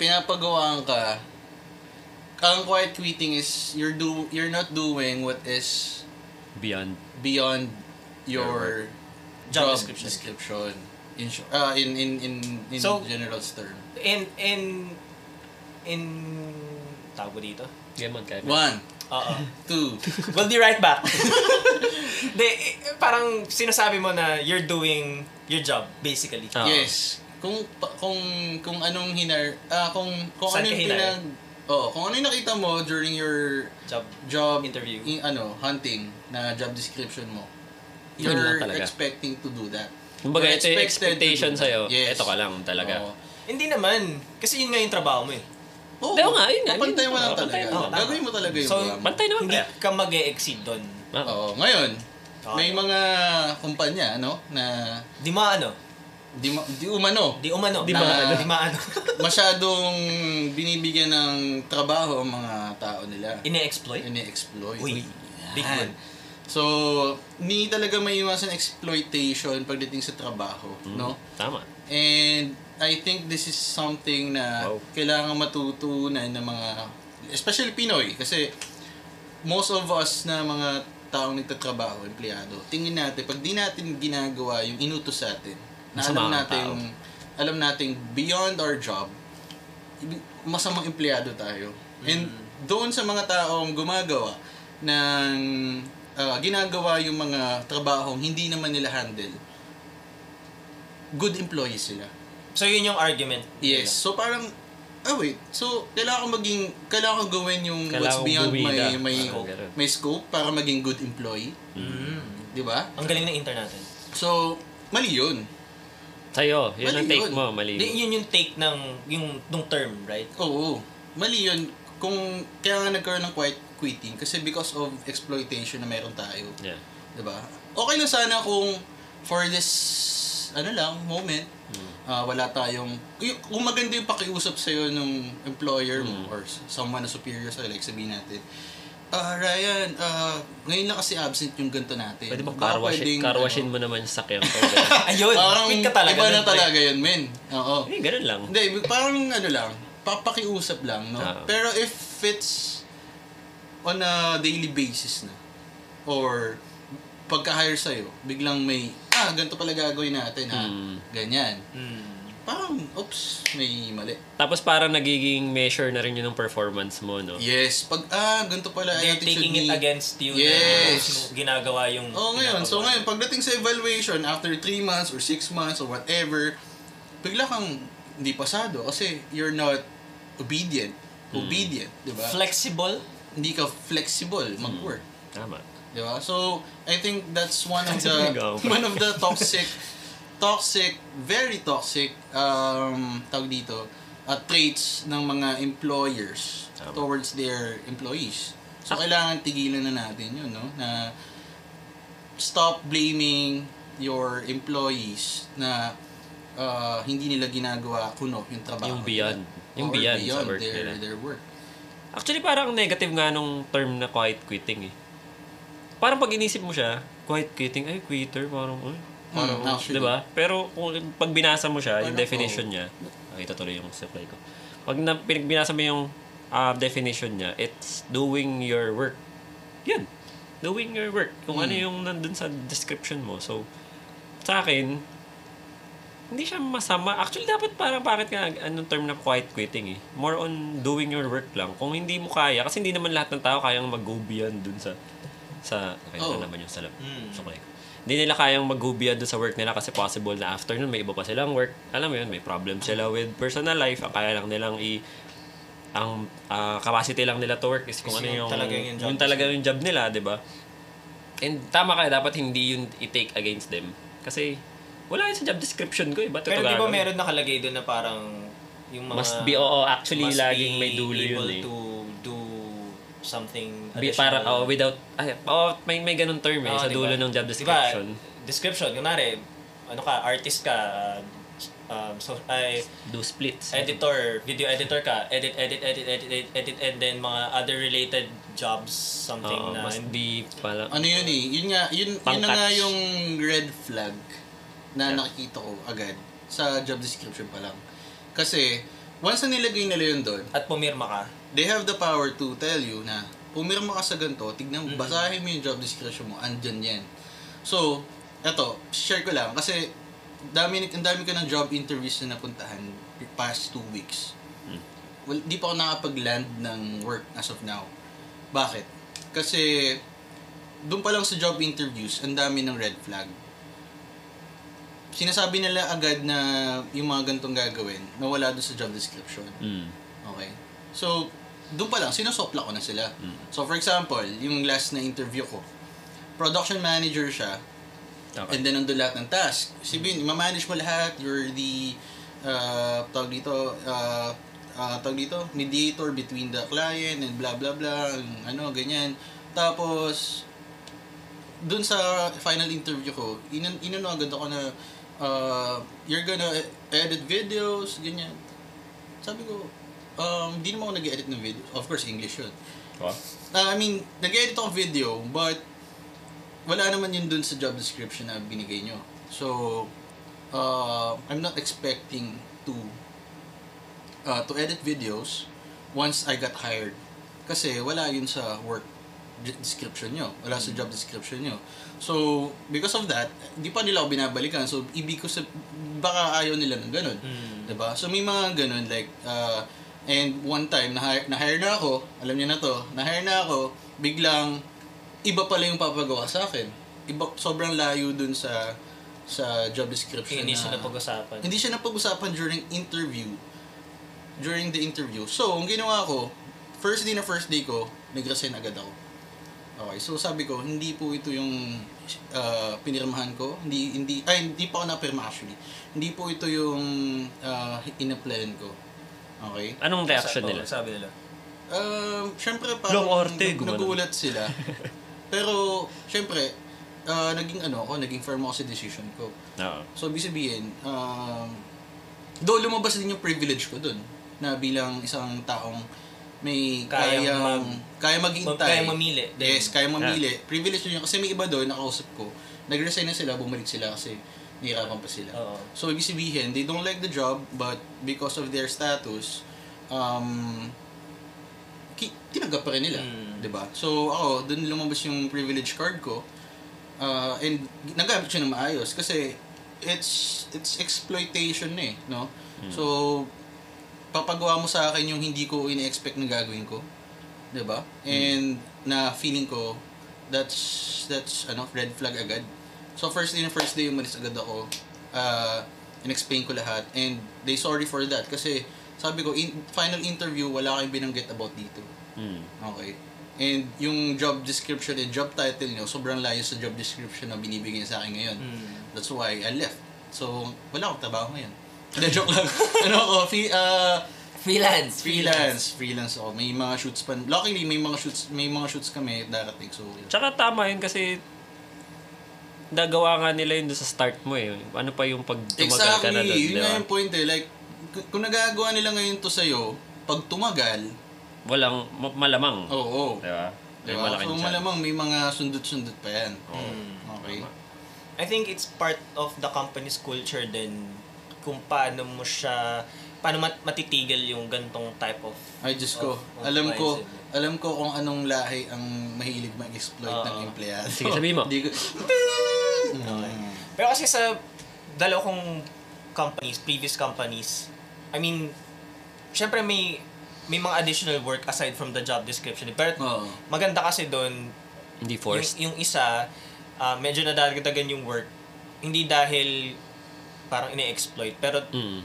pinapagawaan ka, ang quiet quitting is you're do you're not doing what is Beyond. beyond Your your Job job, description. description. In, short, ah, in in in in So- general term. In, in, in, tawag ko dito? Gamon ka. One, Oo. two. We'll be right back. De, eh, parang sinasabi mo na you're doing your job, basically. Ah. Yes. Kung pa- kung kung anong hinar ah kung kung Saan ano yung ka hinar? pinag Oh, kung ano yung nakita mo during your Job. job Interview. in, ano, hunting na job description mo. Yun lang You're talaga. expecting to do that. Kumbaga, You're ito yung expected to expectation do that. sa'yo. Yes. Ito ka lang talaga. Oo. Hindi naman. Kasi yun nga yung trabaho mo eh. Oo. Hindi, oo nga, yun nga. Papantay mo Yun, lang oo, talaga. pantayin mo. Tama. Gagawin mo talaga yung So, buwan mo. Pantay naman Ah. Hindi kaya. ka mag exceed doon. Ah, Oo, ngayon, Okay. may mga kumpanya, ano, na Di maano. di, ma- di umano. Di umano. Di maano. Di maano. Masyadong binibigyan ng trabaho ang mga tao nila. Ine-exploit? Ini-exploit. Uy, big Yan. one. So, ni talaga may iwasan exploitation pagdating sa trabaho, Hmm. no? Mm. Tama. And I think this is something na Wow. kailangan matutunan ng mga, especially Pinoy, kasi most of us na mga taong nagtatrabaho, empleyado, tingin natin, pag di natin ginagawa yung inutos sa atin, na Masama alam ang natin, alam natin beyond our job, ibi- masamang empleyado tayo. And doon sa mga taong gumagawa ng ah, ginagawa yung mga trabahong hindi naman nila handle, good employees sila. So, yun yung argument. Yes. So parang ah wait. So kailangan ko maging kailangan ko gawin yung Kailangan what's beyond my bumida. my Parang ganun. my scope para maging good employee, Mm. 'di ba? Ang galing ng intern natin. So mali 'yun. Sa'yo, yun Mali ang take yun. mo, mali. Di, yun yung take ng yung nung term, right? Oo. Mali 'yun kung kaya nga nagkaroon ng quiet quitting kasi because of exploitation na meron tayo, Yeah. 'di ba? Diba? Okay lang sana kung for this ano lang moment Hmm. ah, wala tayong y- kung maganda yung pakiusap sa iyo nung employer mo Hmm. or s- someone na superior sa like sabihin natin Ah, Ryan, ah, ngayon lang kasi absent yung ganto natin. Pwede bang Baka karwashin, pwedeng, karwashin ano, mo naman sa sakyan ko? Ayun, Parang quit ka talaga. iba na nun, pre. talaga yun, men. Oo. Eh, ganun lang. Hindi, ibig- parang ano lang, papakiusap lang, no? Ah. Pero if it's on a daily basis na, or pagka-hire sa'yo, biglang may, ah, ganito pala gagawin natin, ha? Hmm. Ganyan. Mm. Parang, oops, may mali. Tapos parang nagiging measure na rin yun ng performance mo, no? Yes, pag, ah, ganito pala, I They're think should taking be. it against you. Yes. Na, ginagawa yung... Oo, Oh, ngayon. So, ginagawa. ngayon, pagdating sa evaluation, after 3 months or 6 months or whatever, bigla kang hindi pasado kasi you're not obedient. Hmm. Obedient, di ba? Flexible? hindi ka flexible mag-work. Tama. Di ba? So, I think that's one of the Saan nagawa ko? one of the toxic toxic, very toxic um tawag dito, uh, traits ng mga employers Tama. towards their employees. So, kailangan tigilan na natin yun, no? Na stop blaming your employees na uh, hindi nila ginagawa kuno yung trabaho. Yung beyond. nila. Yung Or beyond, sa work their, nila. their work. Actually, parang negative nga nung term na quiet quitting eh. Parang pag inisip mo siya, quiet quitting, ay, quitter, parang, ay, parang, Hmm, actually. di ba? Pero kung pag binasa mo siya, yung Parang, definition niya, nakita tuloy yung supply ko. Pag na, pinag- binasa mo yung ah, definition niya, it's doing your work. Yun. Doing your work. Kung Hmm. ano yung nandun sa description mo. So, sa akin, hindi siya masama. Actually, dapat parang bakit nga anong term na quiet quitting eh. More on doing your work lang. Kung hindi mo kaya, kasi hindi naman lahat ng tao kayang mag-go beyond dun sa... sa okay, Oo. Oh. ano naman yung salap. Mm. So, like, hindi nila kayang mag-go beyond dun sa work nila kasi possible na after nun, may iba pa silang work. Alam mo yun, may problem sila with personal life. Ang kaya lang nilang i... Ang ah, capacity lang nila to work is kung Is ano yung yung... talaga yung job yung talaga yung job nila, di ba? And tama ka, dapat hindi yun i-take against them. Kasi wala yun sa job description ko eh. Ba't ito Pero di ba gagawin? meron nakalagay doon na parang yung mga... Must be, oo, actually must laging be may dulo yun able eh. to do something Be, para, oh, without, ay, oh, may, may ganun term eh, Oo, sa di dulo ba? ng job Ah, Di ba? description. Di ba, description, kunwari, ano ka, artist ka, um, um, so, ay, Do splits. Eh, editor, video editor ka, edit, edit, edit, edit, edit, edit, and then mga other related jobs, something Oo, na mas di pala. Ano yun eh, yun nga, yun, yun na Pangkatch. nga yung red flag na Yeah. nakikita ko agad sa job description pa lang. Kasi, once na nilagay nila yun doon, at pumirma ka. they have the power to tell you na pumirma ka sa ganito, tignan, basahin mo yung job description mo, andyan yan. So, eto, share ko lang kasi dami, ang dami ko ng job interviews na napuntahan past two weeks. Well, di pa ako nakapag-land ng work as of now. Bakit? Kasi, doon pa lang sa job interviews, ang dami ng red flag. Sinasabi nila agad na yung mga ganitong gagawin, nawala doon sa job description. Mm. Okay. So, doon pa lang, sinusopla ko na sila. So, for example, yung last na interview ko, production manager siya, Okay. and then nandun lahat ng task. Sabihin, mamanage mo lahat, you're the, uh, tawag dito, uh, uh, tawag dito, mediator between the client and blah blah blah, ang ano, ganyan. Tapos, dun sa final interview ko, inan inano agad ako na, uh, you're gonna edit videos, ganyan. Sabi ko, um, di naman ako nag-edit ng video. Of course, English yun. Wow. Ah, I mean, nag-edit ako video, but wala naman yun dun sa job description na binigay nyo. So, uh, I'm not expecting to uh, to edit videos once I got hired. Kasi wala yun sa work j- description nyo. Wala sa job description nyo. So, because of that, di pa nila ako binabalikan. So, ibig ko sa, baka ayaw nila ng ganun. Hmm. Diba? So, may mga ganun, like, uh, and one time, na-hire, na-hire na ako, alam niyo na to, na-hire na ako, biglang, iba pala yung papagawa sa akin. Iba, sobrang layo dun sa sa job description Hindi siya napag-usapan. hindi siya napag-usapan during interview. During the interview. So, ang ginawa ko, first day na first day ko, nag-resign agad ako. Okay, so sabi ko, hindi po ito yung uh, pinirmahan ko. Hindi, hindi, ay, hindi pa ako napirma actually. Hindi po ito yung uh, in-applyan ko. Okay? Anong reaction nila? Sabi nila. Um, syempre Long parang orte, nag- gumanon. nagulat sila. Pero, syempre, uh, naging ano ako, naging firm ako sa decision ko. Oo. So, ibig sabihin, um, though lumabas din yung privilege ko dun, na bilang isang taong may Kayang kayang, mag- kaya maghintay. Huwag kayong mamili. Then, Yes, kaya mamili. Privilege yun yun. Kasi may iba doon, nakausap ko, nag-resign na sila, bumalik sila kasi nahihirapan pa sila. Oo. So, ibig sabihin, they don't like the job, but because of their status, um, ki- tinanggap pa rin nila. Mm. 'di ba? So, ako, doon lumabas yung privilege card ko. Uh, and nagamit siya ng maayos kasi it's it's exploitation na eh, no? So, papagawa mo sa akin yung hindi ko ini-expect na gagawin ko. 'di ba? And na feeling ko that's that's ano red flag agad. So first day na first day umalis agad ako. Uh, in-explain ko lahat and they sorry for that kasi sabi ko in final interview wala kayong binanggit about dito. Mm. Okay. And yung job description and job title nyo, sobrang layo sa job description na binibigyan sa akin ngayon. Mm. That's why I left. So, wala akong trabaho ngayon. Hindi, joke lang. ano ako, free, uh, Freelance. freelance. Freelance ako. May mga shoots pa. Luckily, may mga shoots, may mga shoots kami darating. So, yun. Tsaka tama yun kasi nagawa nga nila yun doon sa start mo eh. Ano pa yung pag tumagal ka Exactly. na doon, Yun di nga ba? yung point eh. Like, k- kung nagagawa nila ngayon to sa'yo, pag tumagal, Walang, ma- malamang. oo. Oh, Di ba? May Diba? malaking So, chance. malamang may mga sundot-sundot pa yan. Mm. Okay. I think it's part of the company's culture din kung paano mo siya paano mat- matitigil yung gantong type of Ay, Diyos ko. Of- of alam ko, mindset. alam ko kung anong lahi ang mahilig mag-exploit Oo. ng empleyado. Sige, sabihin mo. Di ko... Okay. ano eh. Pero kasi sa dalawa kong companies, previous companies, I mean, syempre may may mga additional work aside from the job description. Pero Oo. maganda kasi doon, Hindi yung, forced. yung isa, ah, medyo nadagdagan yung work. Hindi dahil parang ine-exploit, pero Mm.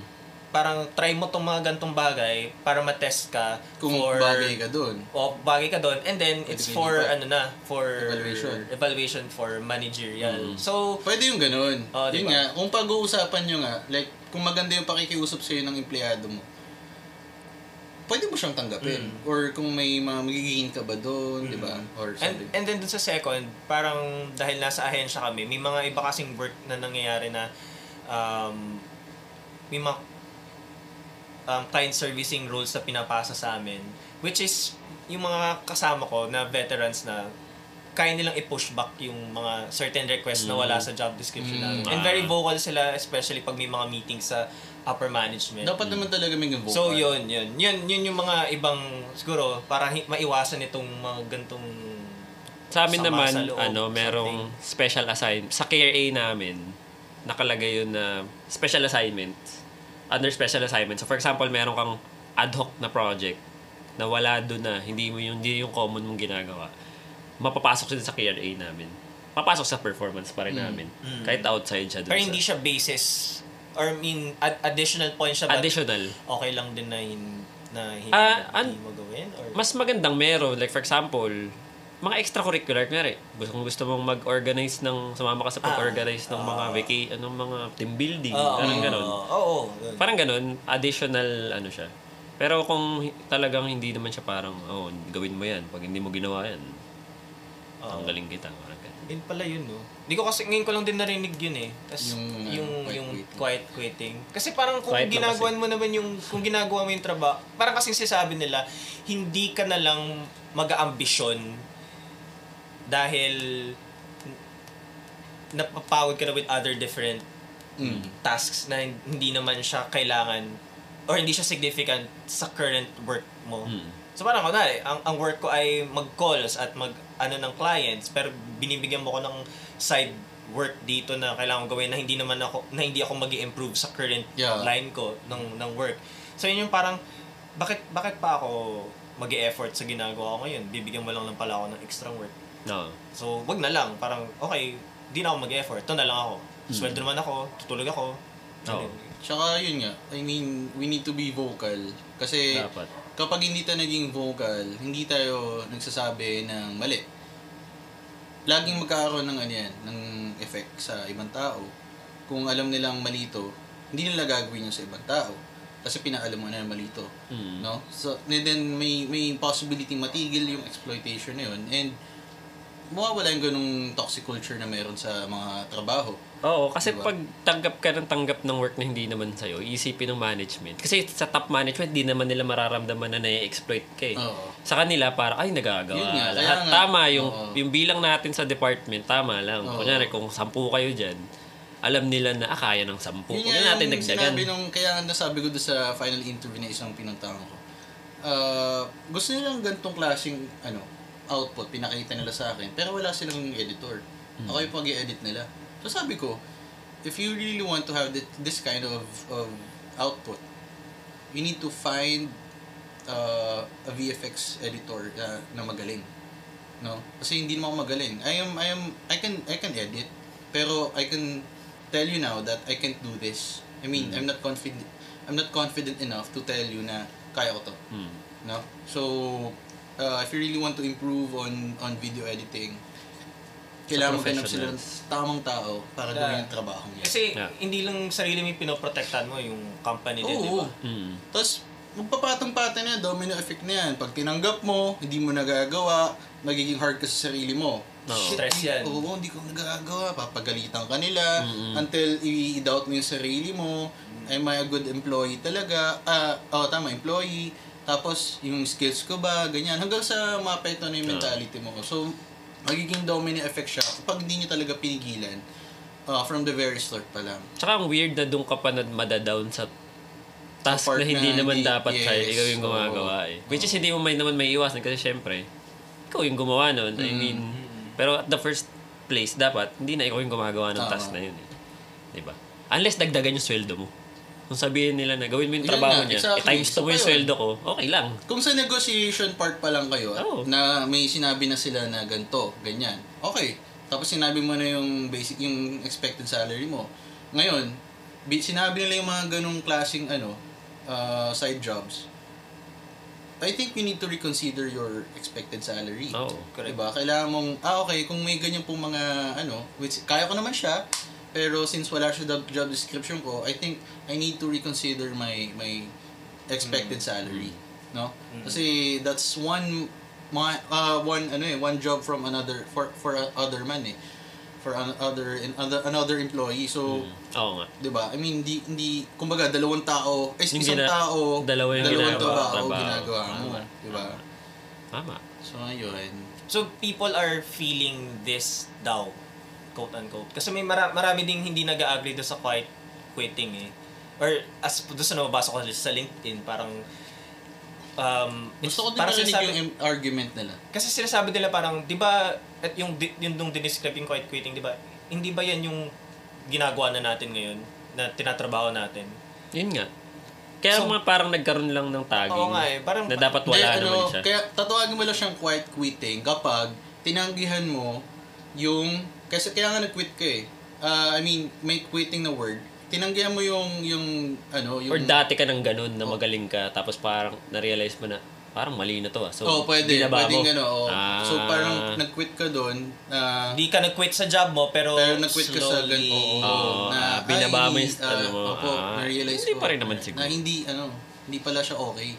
parang try mo tong mga gantong bagay para matest ka Kung for bagay ka dun. o bagay ka doon and then it's Pwede for ganyan pa. ano na for Evaluation. Mm-hmm. evaluation for managerial so Pwede yung ganun. Oo, Yun diba? nga, kung pag-uusapan nyo nga, like, kung maganda yung pakikiusap sa'yo ng empleyado mo, pwede mo siyang tanggapin. Or kung may mga magiging ka ba doon, di ba? Or Mm. And, something. and then dun sa second, parang dahil nasa ahensya kami, may mga iba kasing work na nangyayari na um, may mga um, client servicing roles na pinapasa sa amin. Which is, yung mga kasama ko na veterans na kaya nilang i-push back yung mga certain requests na wala sa job description namin. Mm. And very Ah. vocal sila, especially pag may mga meetings sa upper management. Dapat naman talaga may vocal. Mm. So yun, yun. Yun, yun yung mga ibang siguro para hi- maiwasan itong mga gantong Sa amin sama naman, sa loob, ano, merong special assignment. Sa KRA namin, nakalagay yun na special assignment. Under special assignment. So, for example, meron kang ad hoc na project na wala doon na, hindi mo yung, hindi yung common mong ginagawa. Mapapasok siya sa KRA namin. Papasok sa performance pa Mm. rin namin. Kahit outside siya doon. Pero hindi siya basis or I mean ad- additional point siya but Additional. okay lang din na hin- na hindi, Ah, an- hindi mo gawin or mas magandang meron. Like for example, mga extracurricular, kunyari, gusto, kung gusto mong mag-organize ng, sumama ka sa pag-organize ng mga wiki, anong mga team building, Oo, parang oo, ganon. Oo, oo, yun. Parang ganon, additional ano siya. Pero kung hi- talagang hindi naman siya parang, oh, gawin mo yan. Pag hindi mo ginawa yan, Oo. tanggalin kita. Parang ganon. Yun pala yun, no? Hindi ko kasi, ngayon ko lang din narinig yun eh. Tas, Yung, yung, ano, quiet yung, yung quitting. quiet quitting. Kasi parang kung Quiet lang ginagawan mo naman yung, kung ginagawa mo yung trabaho, parang kasi sinasabi nila, hindi ka na lang mag-aambisyon dahil napapawid ka na with other different Mm. tasks na hindi naman siya kailangan or hindi siya significant sa current work mo. So parang kunwari, ang, ang work ko ay mag-calls at mag ano ng clients pero binibigyan mo ko ng side work dito na kailangan ko gawin na hindi naman ako na hindi ako magi improve sa current Yeah. line ko ng ng work. So yun yung parang bakit bakit pa ako mag effort sa ginagawa ko ngayon? Bibigyan mo lang lang pala ako ng extra work. No. So, wag na lang. Parang, okay, di na ako mag-effort. Ito na lang ako. Sweldo Hmm. naman ako. Tutulog ako. Oo. Tsaka yun nga, I mean, we need to be vocal. Kasi Dapat. kapag hindi tayo naging vocal, hindi tayo nagsasabi ng mali. Laging magkakaroon ng ano yan, ng effect sa ibang tao. Kung alam nilang mali ito, hindi nila gagawin yun sa ibang tao. Kasi pinaalam mo na yung mali ito. Mm. No? So, and then may, may possibility matigil yung exploitation na yun. And mawawala yung ganung toxic culture na meron sa mga trabaho. Oo, kasi Diba? pag tanggap ka ng tanggap ng work na hindi naman sa'yo, iisipin ng management. Kasi sa top management, di naman nila mararamdaman na na-exploit ka eh. Oo. Sa kanila, para ay, nagagawa Yun nga, kaya lahat. nga. Tama, yung, Oo. yung bilang natin sa department, tama lang. Oo. Kunyari, kung sampu kayo dyan, alam nila na, ah, kaya ng sampu. Yun Huwag nga na yung natin dagdagan. sinabi nung, kaya nga nasabi ko doon sa final interview na isang pinuntahan ko. Ah, gusto nilang ganitong klaseng ano, output, pinakita nila sa akin, pero wala silang editor. Hmm. Ako yung pag edit nila. So sabi ko, if you really want to have thi- this kind of, of output, you need to find uh, a VFX editor uh, na magaling. No? Kasi hindi naman ako magaling. I am I am I can I can edit, pero I can tell you now that I can't do this. I mean, I'm not confident I'm not confident enough to tell you na kaya ko to. Hmm. No? So, uh, if you really want to improve on on video editing, kailangan mo ganap sila ng professionals. tamang tao para Yeah. gawin yung trabaho niya. Kasi, Yeah. hindi lang sarili mo yung pinoprotektahan mo, yung company din, di ba? Oo. Hmm. Tapos, magpapatong-patan na, yan, domino effect na yan. Pag tinanggap mo, hindi mo nagagawa, magiging hard ka sa sarili mo. Oo. Stress hindi- yan. Oo, hindi ko nagagawa. Papagalitan ka nila until i-doubt mo yung sarili mo. Am I a good employee talaga? Ah, oo, tama, employee. Tapos, yung skills ko ba, ganyan. Hanggang sa maapekto na yung mentality mo. So, magiging domino effect siya kapag hindi nyo talaga pinigilan ah, from the very start pa lang. Tsaka ang weird na doon ka pa na madadown sa task part na hindi na naman hindi- dapat sa'yo, yes, ikaw yung oo. gumagawa eh. Which is hindi mo may, naman may iwasan kasi syempre, ikaw yung gumawa nun. Mm. I mean, pero at the first place, dapat hindi na ikaw yung gumagawa ng Tama. task na yun eh. Diba? Unless dagdagan yung sweldo mo. Kung sabihin nila na gawin mo yung Yun nga, trabaho niya, exactly. i-times Isa two mo pa yung yun. sweldo ko, okay lang. Kung sa negotiation part pa lang kayo, at Oo. na may sinabi na sila na ganito, ganyan, okay. Tapos sinabi mo na yung basic, yung expected salary mo. Ngayon, bi- sinabi nila yung mga ganong klaseng ano, ah, side jobs. I think you need to reconsider your expected salary. Oo. Correct. Diba? Kailangan mong, ah okay, kung may ganyan pong mga, ano, which, kaya ko naman siya, pero since wala siya job, job Mm. description ko, I think I need to reconsider my my expected salary. no? Kasi that's one ma- uh, one ano eh, one job from another for for a- other man eh. For an- other in other another employee. So, Oo nga. 'di ba? I mean, hindi hindi kumbaga dalawang tao, ay Yung isang gina- tao, dalawa yung dalawang ginagawa, tao trabaho. ginagawa mo, Tama. 'di ba? Tama. So, ayun. So, people are feeling this daw, quote-unquote. Kasi may mara- marami ding hindi nag-agree doon sa quiet quitting eh. Or as doon sa nababasa ko sa LinkedIn, parang um, it's- Gusto ko din parang narinig sinasabi- yung em- argument nila. kasi sinasabi nila parang, di ba, at yung, di- yung nung diniscribe yung quiet quitting, di ba, hindi ba yan yung ginagawa na natin ngayon, na tinatrabaho natin? Yun nga. Kaya So- mga parang nagkaroon lang ng tagging. Oo nga eh, parang- ano, Na dapat wala Hindi, ano, naman siya. Kaya tatawagin mo lang siyang quiet quitting kapag tinanggihan mo yung... Kasi kaya nga nag-quit ka eh. Ah, I mean, may quitting na word. Tinanggihan mo yung, yung, ano, yung... Or dati ka nang ganun na magaling ka tapos parang na-realize mo na parang mali na to ah. So, Oo, pwede. binaba Pwedeng mo. ano, oo. Ah. So, parang nag-quit ka doon. ah, Hindi ka nag-quit sa job mo, pero, pero nag-quit ka sa gan- slowly- oo, Oo, ah, binaba mo yung ah, ano mo, Opo, ah. na-realize Hindi ko. pa rin naman siguro. Na hindi, ano, hindi pala siya okay.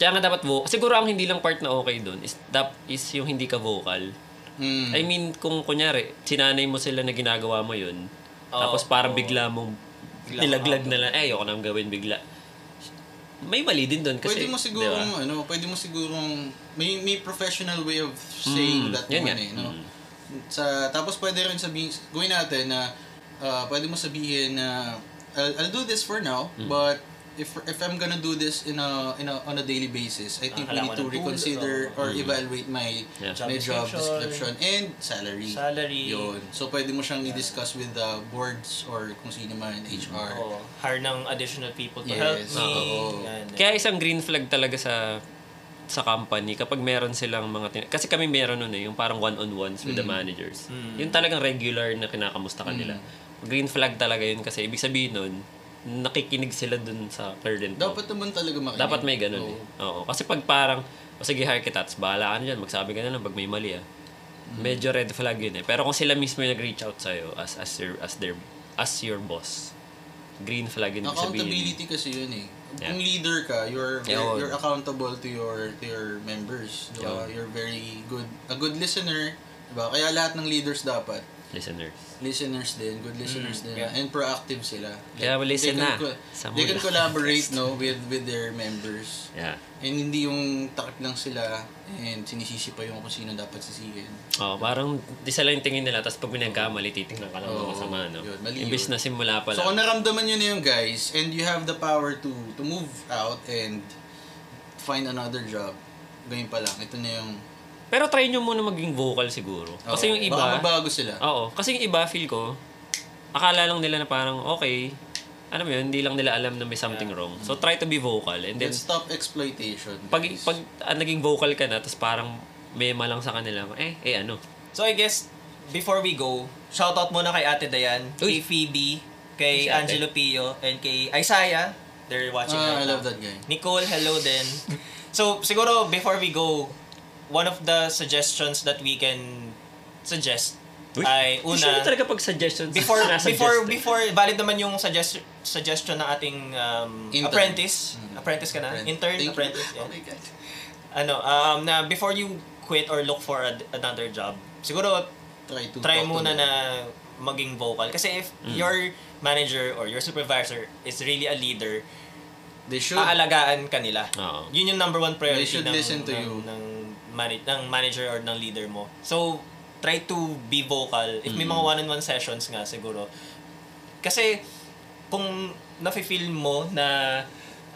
Kaya nga dapat vocal. Siguro ang hindi lang part na okay doon is, dap, is yung hindi ka vocal. Mm. I mean, kung kunyari, sinanay mo sila na ginagawa mo yun, tapos parang bigla mong Bigla nilaglag na lang, eh, ayoko nang gawin bigla. May mali din doon kasi, pwede mo siguro di ba? ano, pwede mo sigurong may may professional way of saying Mm, that yun naman nga. eh, no? Sa tapos pwede rin sabihin gawin natin na ah, pwede mo sabihin na I'll, I'll do this for now, Mm. but if if I'm gonna do this in a in a on a daily basis, I think we Ah, kailangan need to ng tulong, reconsider oh. or evaluate my Mm. Yeah. Job my job description. description and salary. Salary. Yun. So pwede mo siyang i-discuss with the boards or kung sino man Mm. HR. Oo, hire ng additional people to Yes, help me. oo. Yan. Kaya isang green flag talaga sa sa company kapag meron silang mga tin- kasi kami meron nun eh yung parang one-on-ones with the managers yung talagang regular na kinakamusta ka nila green flag talaga yun kasi ibig sabihin nun nakikinig sila dun sa current mo. Dapat naman talaga makinig. Dapat may ganun Oo. eh. Oo. Kasi pag parang, o sige, hire kita, tapos bahala ka na dyan, magsabi ka na lang pag may mali ah. Medyo red flag yun eh. Pero kung sila mismo yung nag-reach out sa'yo as, as, your, as, their, as your boss, green flag yun. ibig sabihin. Accountability kasi yun eh. Yeah. oh. Kung leader ka, you're Yun. you're accountable to your to your members. Di ba? Yun. You're very good a good listener, di ba? Kaya lahat ng leaders dapat Listeners. listeners din, good Mm, listeners din yeah. and proactive sila. Kaya they can listen na co- sa they can mula. collaborate no with with their members. Yeah. And hindi yung takip lang sila and sinisisi pa yung kung sino dapat sisihin. Oh, parang isa lang yung tingin nila, tapos pag minagkamali, titingnan ka lang ng Oo, masama, no? yun, mali Imbis yun. na simula pa So kung lang. naramdaman nyo na yun guys, and you have the power to to move out and find another job, ganyan pa lang. Ito na yung... oh, Pero try nyo muna maging vocal siguro. Kasi yung iba... Oh, Baka mabago sila. Oo. Kasi yung iba, feel ko, akala lang nila na parang, okay, alam mo yun, hindi lang nila alam na may something wrong. So, try to be vocal. And then, Then stop exploitation. pag, guys. pag ah, naging vocal ka na, tapos parang may malang sa kanila, eh, eh, ano? So I guess, before we go, shoutout muna kay Ate Dayan, Uy. kay Phoebe, kay Si Ate. Angelo Pio, and kay Isaiah. They're watching Ah, I right love now. that guy. Nicole, hello din. so, siguro, before we go, one of the suggestions that we can suggest Uy, ay Usually una talaga pag suggestions, before sinasuggest before eh. before valid naman yung suggest, suggestion ng ating um, Intern. apprentice apprentice ka na Friend. intern Thank you. apprentice yeah Oh my God. ano, um, na before you quit or look for ad- another job, siguro Try to try talk to Mm. muna them. na maging vocal. Kasi if your manager or your supervisor is really a leader, They should. aalagaan ka nila. Oo. Yun yung number one priority They should ng, listen to ng, you. ng, mani- ng manager or ng leader mo. So, try to be vocal. If may mga Mm. one-on-one sessions nga siguro. Kasi, kung nafe-feel mo na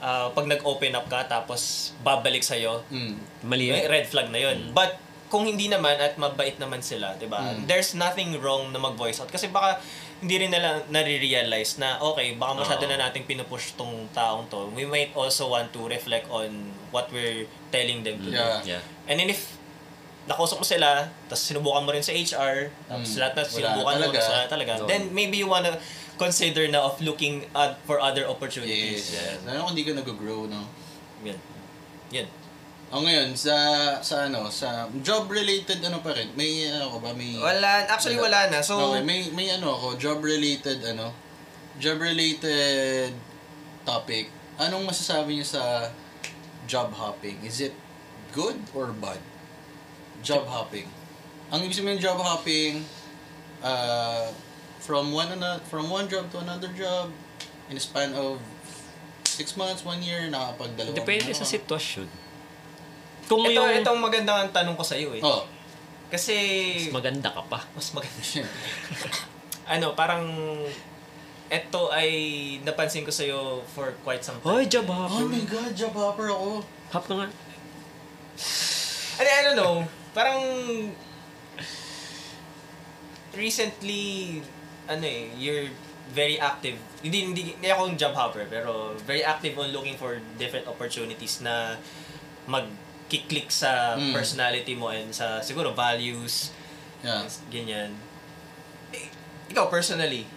ah, pag nag-open up ka tapos babalik sa'yo, Mm. Mali yun. eh, red flag na yun. But kung hindi naman at mabait naman sila, 'di ba? Mm. There's nothing wrong na mag-voice out kasi baka hindi rin nila nare-realize na okay, baka masyado Oo. na nating pinupush tong taong to. We might also want to reflect on what we're telling them to do. Yeah. Yeah. And then if nakusok mo sila, tapos sinubukan mo rin sa HR, tapos Mm. lahat na Wala sinubukan mo, talaga. tapos wala talaga. No. Then maybe you wanna consider na of looking at for other opportunities. Yes. Lalo kung hindi ka nag-grow, no? Yan. Yan. O ngayon, sa, sa ano, sa job-related ano pa rin, may ano ko ba, may... Wala, actually wala na. So, okay, may may ano ako, job related ano, job related topic. Anong masasabi niyo sa job hopping, is it good or bad? Job hopping. Ang ibig sabihin ng job hopping, uh, from one ano, from one job to another job, in a span of six months, one year, nakapagdalawang. Depende ano. sa sitwasyon. Kung Ito, yung itong magandang tanong ko sa'yo eh. Oh, Kasi, mas maganda ka pa. mas maganda shit. ano, parang ito ay napansin ko sa'yo for quite some time. Hoy, job Oh my hopper. God, job hopper ako. Hop ka nga. And I don't know, parang recently, ano eh, you're very active. Hindi, hindi, hindi ako yung job hopper, pero very active on looking for different opportunities na magkiklik sa Mm. personality mo and sa siguro values, Yeah. ganyan. Eh, ikaw personally,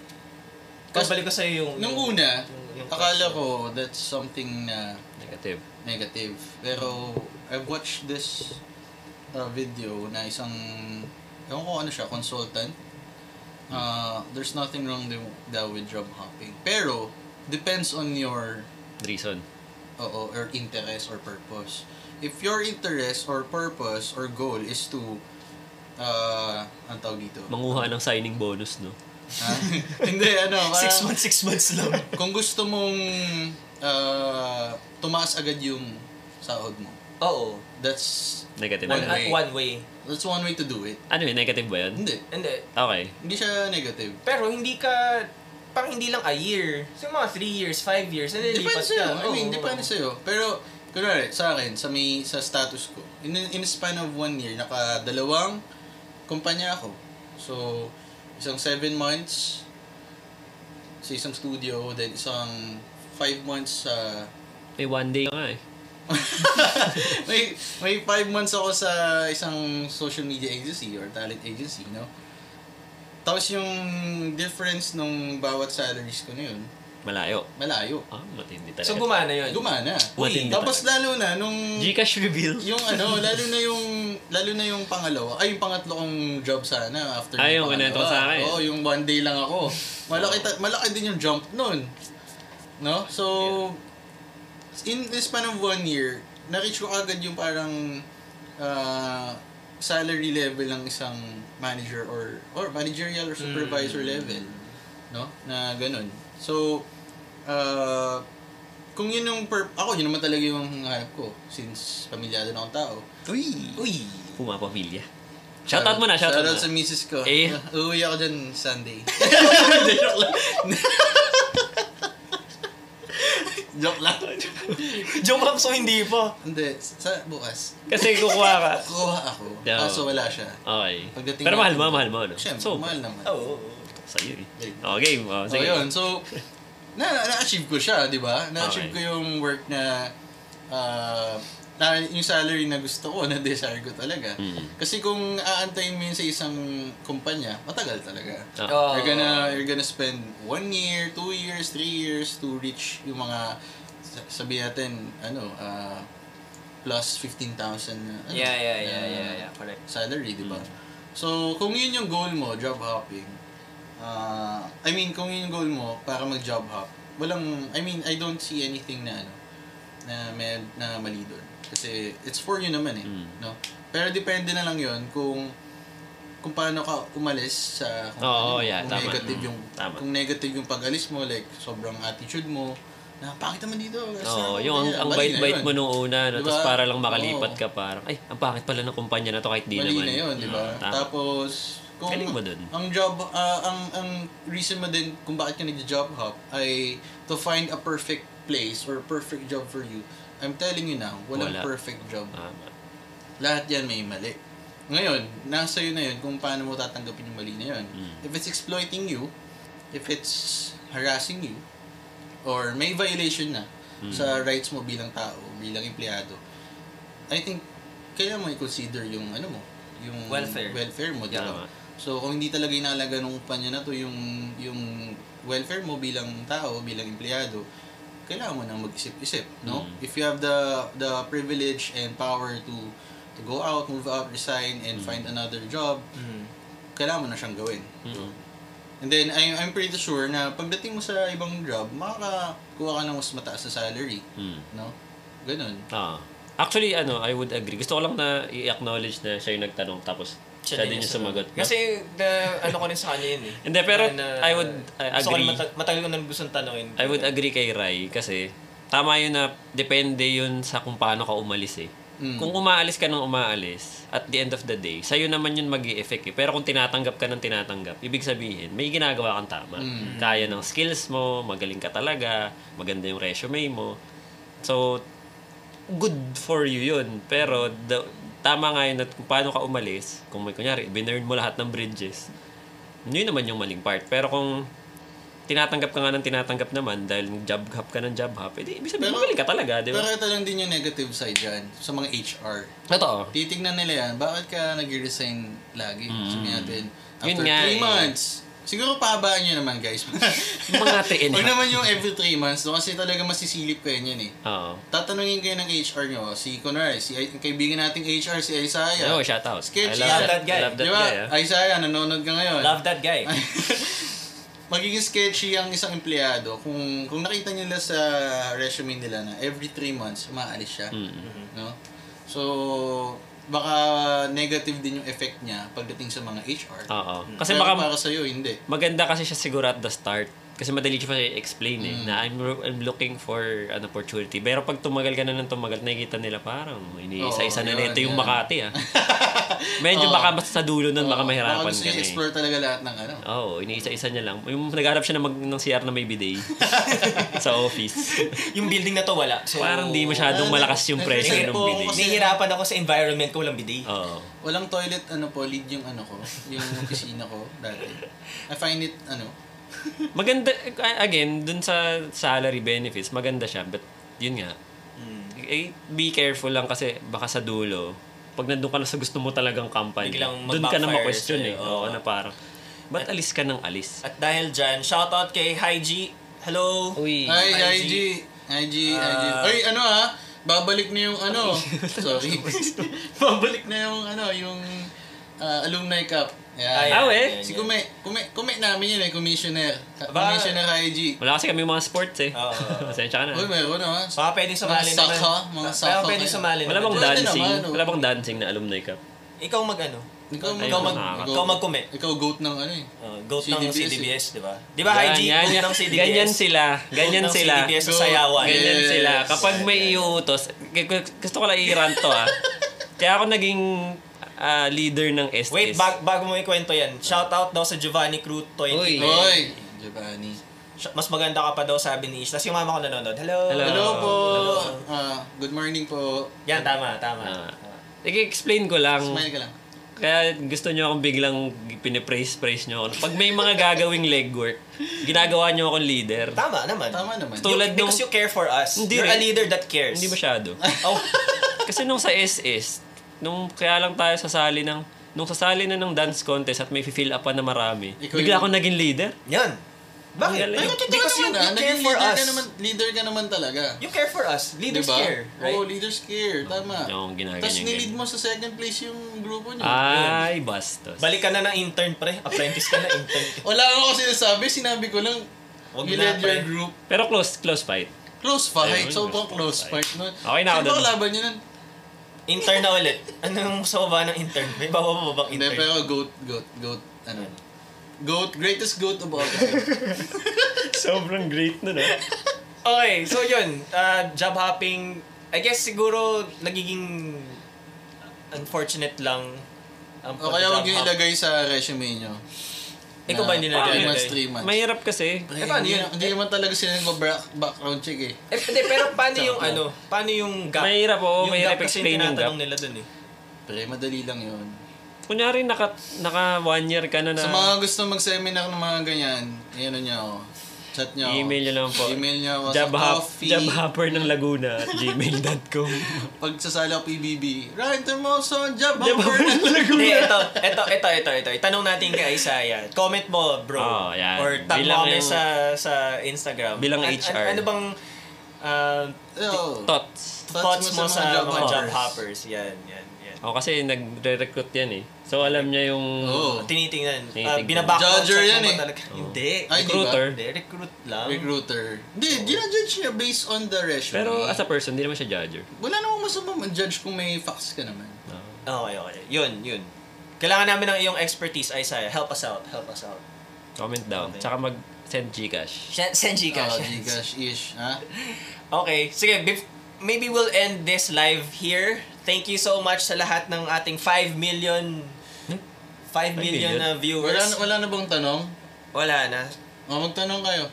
Kas- kabalik ko sa'yo yung... Nung yung- una, yung- yung akala question. ko that's something na Negative. negative. Pero I've watched this uh, video na isang, ewan ko ano siya, consultant. Uh, there's nothing wrong di- daw with job hopping. Pero, depends on your Reason. oo, or interest or purpose. If your interest or purpose or goal is to uh, ang tawag dito? Manguha ng signing bonus, no? Ha? Hindi, ano. parang- Six months, six months lang. Kung gusto mong ah, tumaas agad yung sahod mo, Oo. that's Negative. One One, Ano, way. one way. that's one way to do it. ano yun? Negative ba Hmm. yun? Hindi. Hindi. Okay. Hindi siya negative. Pero hindi ka, parang hindi lang a year. So mga three years, five years, and then Depende lipat ka. sa'yo. I mean, Oo. depende sa'yo. Pero, kunwari, sa akin, sa, may, sa status ko, in, in a span of one year, nakadalawang kumpanya ako. So, isang seven months sa isang studio, then isang five months sa May one day ka nga eh. may may five months ako sa isang social media agency or talent agency, no? Tapos yung difference nung bawat salaries ko na yun, Malayo. malayo. Ah, matindi talaga. So gumana yun. Gumana. Matindi Tapos lalo na nung Gcash reveal. yung ano, lalo na yung lalo na yung pangalawa, ay yung pangatlo kong job sana after Ay, yung yung kinento pangalawa. sa akin. Oo, yung one day lang ako. Malaki ta- malaki din yung jump noon. No? So in the span of one year, na-reach ko agad yung parang ah, salary level ng isang manager or or managerial or supervisor Mm. level, no? Na ganun. So uh, kung yun yung per ako yun naman talaga yung hanap ko since pamilyado na akong tao. Uy! Uy. Pumapamilya. Shoutout mo na, shoutout Shoutout mo sa na. misis ko. Eh. Uuwi ako dyan Sunday. Joke lang. Joke lang. Joke lang, so hindi pa. Hindi, sa bukas. Kasi kukuha ka. Kukuha ako. Yeah. Kaso wala siya. Okay. Pagdating Pero mahal mo, natin- mahal mo, no? Siyempre, So, mahal naman. Oo. sa'yo eh. Like, Oh, game. Oh, So, sige. yun. So, na, na-achieve ko siya, di ba? Na-achieve Okay. ko yung work na, ah, na yung salary na gusto ko, na desire ko talaga. Mm. Kasi kung aantayin mo yun sa isang kumpanya, matagal talaga. Ah. Oo. You're gonna, you're gonna spend one year, two years, three years to reach yung mga, sa- sabi natin, ano, ah, plus 15,000 na, ano, Yeah, yeah, yeah, na yeah, yeah. Correct. salary, di ba? So, kung yun yung goal mo, job hopping, ah, I mean, kung yun yung goal mo para mag-job hop, walang, I mean, I don't see anything na, ano, na, may, na mali doon. Kasi, it's for you naman eh, Mm. no? Pero depende na lang yun kung kung paano ka umalis sa kung, Oo, ano, yeah, kung tama. negative Mm, yung tama. kung negative yung pag-alis mo like sobrang attitude mo na pangit naman dito Oo, yung ang, ang bait-bait mo nung una, no? tapos para lang makalipat ka, parang, ay, ang pangit pala ng kumpanya na to kahit di Mali naman. na yun, di ba? Oo, tama. Tapos, kung Galing mo dun. ang job, ah, ang, ang reason mo din kung bakit ka nag-job hop ay to find a perfect place or perfect job for you. I'm telling you now, walang Wala. perfect job. Tama. Lahat yan may mali. Ngayon, nasa iyo na yun kung paano mo tatanggapin yung mali na yun. Mm. If it's exploiting you, if it's harassing you, or may violation na Hmm. sa rights mo bilang tao, bilang empleyado, I think, kailangan mo i-consider yung ano mo, yung Welfare. welfare mo. di ba? Tama. So, kung hindi talaga inalaga ng kumpanya na to yung, yung welfare mo bilang tao, bilang empleyado, kailangan mo nang mag-isip-isip, no? Mm. If you have the the privilege and power to to go out, move out, resign, and find another job, kailangan mo na siyang gawin. Mm. And then, I, I'm pretty sure na pagdating mo sa ibang job, makakakuha ka ng mas mataas na salary, Mm. no? Ganun. Ah. Actually, ano, I would agree. Gusto ko lang na i-acknowledge na siya yung nagtanong tapos siya, din yung sumagot. Kasi the, ano ko rin sa kanya yun eh. Hindi, pero I would, I gusto ko rin agree. mata- matagal ko na gustong tanongin. I would agree kay Rai kasi tama yun na depende yun sa kung paano ka umalis eh. Kung umaalis ka ng umaalis, at the end of the day, sa'yo naman yun mag effect eh. Pero kung tinatanggap ka ng tinatanggap, ibig sabihin, may ginagawa kang tama. Kaya ng skills mo, magaling ka talaga, maganda yung resume mo. So, good for you yun. Pero, the, tama nga yun na kung paano ka umalis, kung may kunyari, binurn mo lahat ng bridges, yun naman yung maling part. Pero kung tinatanggap ka nga ng tinatanggap naman dahil job hop ka ng job hop, edi ibig sabihin Pero- magaling ka talaga, di ba? Pero ito lang din yung negative side dyan sa mga HR. Totoo. Titignan nila yan, bakit ka nag-resign lagi? Sabihin natin, Mm-hmm. after Yun nga 3 eh. months, siguro pahabaan nyo naman guys. Mga tiin. Huwag naman yung every 3 months, no? kasi talaga masisilip kayo yan eh. Oo. Tatanungin kayo ng HR nyo, oh. si kunwari, si ang kaibigan nating HR, si Yeah. Isaiah. shout out. Sketchy. I love, that, guy. love that Di ba? guy. ah. Isaiah, nanonood ka ngayon. Love that guy. Magiging sketchy ang isang empleyado kung kung nakita nila sa resume nila na every 3 months umaalis siya. Mm. No? So, baka negative din yung effect niya pagdating sa mga HR. Oo. Ah, Kasi Pero baka para sa iyo hindi. maganda kasi siya siguro at the start. Kasi madali siya pa explain eh, Mm. na I'm, I'm looking for an opportunity. Pero pag tumagal ka na ng tumagal, nakikita nila parang iniisa-isa Oo, na yun, nito yung yun. Makati ah. Medyo baka basta sa dulo nun, baka mahirapan gusto niya ka na eh. explore talaga lahat ng ano. Oo, oh, iniisa-isa niya lang. Yung nagharap siya ng, mag, ng CR na may bidet sa office. yung building na to wala. So, Parang di masyadong Ah, malakas yung nag- nag-isip pressure Oh. ng po ako bidet. kasi- Nahihirapan ako sa environment ko, walang bidet. Oo. Walang toilet ano po lead yung ano ko, yung opisina ko dati. I find it ano, Maganda, again, dun sa salary benefits, maganda siya. But, yun nga. Eh, be careful lang kasi baka sa dulo, pag nandun ka na sa gusto mo talagang company, Biglang dun ka na mag-backfire ma-question sa'yo, eh. Oo, oo. na parang, ba't alis ka ng alis? At dahil dyan, shoutout kay Hi G. Hello. Uy. Ay, IG. IG. IG, IG. Ay, ano ah, babalik na yung ano. Sorry. babalik na yung ano, yung ah, alumni cup. Ay, Yeah. Ah, we? yan, Si yan. Kume, Kume, Kume namin yun eh, commissioner. Ka- Ba- Commissioner IG. Wala kasi kami mga sports eh. Oo. Pasensya ka na. Uy, meron ah. Baka pwedeng sumali Mga saka, mga Baka saka pwedeng kayo. sumali Wala bang Pwede dancing? naman, oh. Wala bang dancing na alumni cup? Ikaw mag ano? Ikaw mag, Ayun, Oh, ikaw mag, nakaka- Ikaw mag-commit. Ikaw goat ng ano eh. Uh, goat ng CDBS, eh. CDBS, di ba? Di ba, Hi G? Ganyan, Goat ng CDBS. Ganyan sila. Ganyan Goat ng sila. CDBS sa Goat. Sayawan. Ganyan Yes. sila. Kapag may iuutos, g- g- gusto ko lang i-rant to ah. Kaya ako naging ah, leader ng SS. Wait, bag, bago mo ikwento yan, shoutout daw sa Giovanni Cruz 20. Uy. Hoy, Giovanni. Sh- Mas maganda ka pa daw sabi ni Ish. Tapos yung mama ko nanonood. Hello. Hello. Hello po. Ah, good morning po. Yan, tama, Ah. tama. I-explain ko lang. Smile ka lang. Kaya gusto nyo akong biglang pinipraise-praise nyo ako. Pag may mga gagawing legwork, ginagawa nyo akong leader. Tama naman. Tama naman. Tul- Tulad you, nung- because you care for us. Hindi You're a rin. leader that cares. Hindi masyado. Oh. Kasi nung sa SS, nung kaya lang tayo sasali ng nung sasali na ng dance contest at may fill up na marami, Ikaw bigla yung- akong naging leader. Yan. Bakit? Ang galing. Ay, You- natutuwa because you, naman ah. you care Naging for leader us. Ka naman, leader ka naman talaga. You care for us. Leaders Diba? care, right? Oo, leaders care. Tama. Oo, ginaganyan Tapos yun. nilid mo sa second place yung grupo niyo. Ah. Ay, bastos. Balik ka na ng intern, pre. Apprentice ka na intern. Wala akong kasi sinasabi. Sinabi ko lang, Wag you led na, your pre. group. Pero close, close fight. Close fight. Ayun, Sobrang close close fight. fight. nun. Okay na ako Sino ba dun. laban niyo nun? Intern na ulit. Anong gusto mo ba ng intern? May bababa ba bang Hindi, intern? pero goat, goat, goat. Ano? Goat, greatest goat of all time. Sobrang great nun ah. Okay, so yun. Uh, job hopping, I guess siguro nagiging unfortunate lang. ang o kaya pag-job huwag niyo hop. ilagay sa resume niyo. Ikaw ba hindi na? 3 nilagay? months, 3 months. Mahirap kasi. Pre, Eh, paano hindi, yun? hindi naman talaga sila nag-background check eh. Eh, hindi, pero paano yung ano? Paano yung gap? Mahirap, oo, Yung mahirap gap kasi explain yung tinatanong gap. nila dun eh. Pre, madali lang yun. Kunyari, naka, naka one year ka na na. Sa mga gusto mag-seminar ng mga ganyan, ayan na niya ako. Chat niya ako. Email niyo lang po. Email niya ako job, sa hop, coffee. job hopper ng Laguna at gmail.com. Pag sasali ako PBB, Ryan Termoson, job job hopper. hopper ng Laguna. Hindi, ito, ito, ito, ito, ito. Itanong natin kay Isaiah. Comment mo, bro. Oo, yan. Or tag Oh, Bilang mo kami yung- sa, sa Instagram. Bilang An- an- HR. ano bang uh, Yo. Thoughts. Thoughts thoughts mo mo sa mga sa job mga job hoppers? hoppers? Yan, yan, yan. O, Oh, kasi nagre-recruit yan eh. So, alam niya yung... Oo. Tinitingnan. Ah, Tinitingnan. binabackground Judger check yan mo ba eh. talaga? Hindi. Ay, di ba? Recruiter. Hindi, recruit lang. Recruiter. Hindi, ginajudge niya based on the resume. Oh. Pero as a person, hindi naman siya judger. Wala namang masama mag-judge kung may facts ka naman. Oo. Okay, okay. Yun, yun. Kailangan namin ng iyong expertise, Isaiah. Help us out, help us out. comment down. Okay. Tsaka mag-send Gcash. Shen- Send Oh, Gcash. Gcash-ish, ha? Okay, sige. bef- maybe we'll end this live here. Thank you so much sa lahat ng ating 5 million 5 million million? na Wala, viewers. na- wala na bang tanong? Wala na. O, magtanong kayo.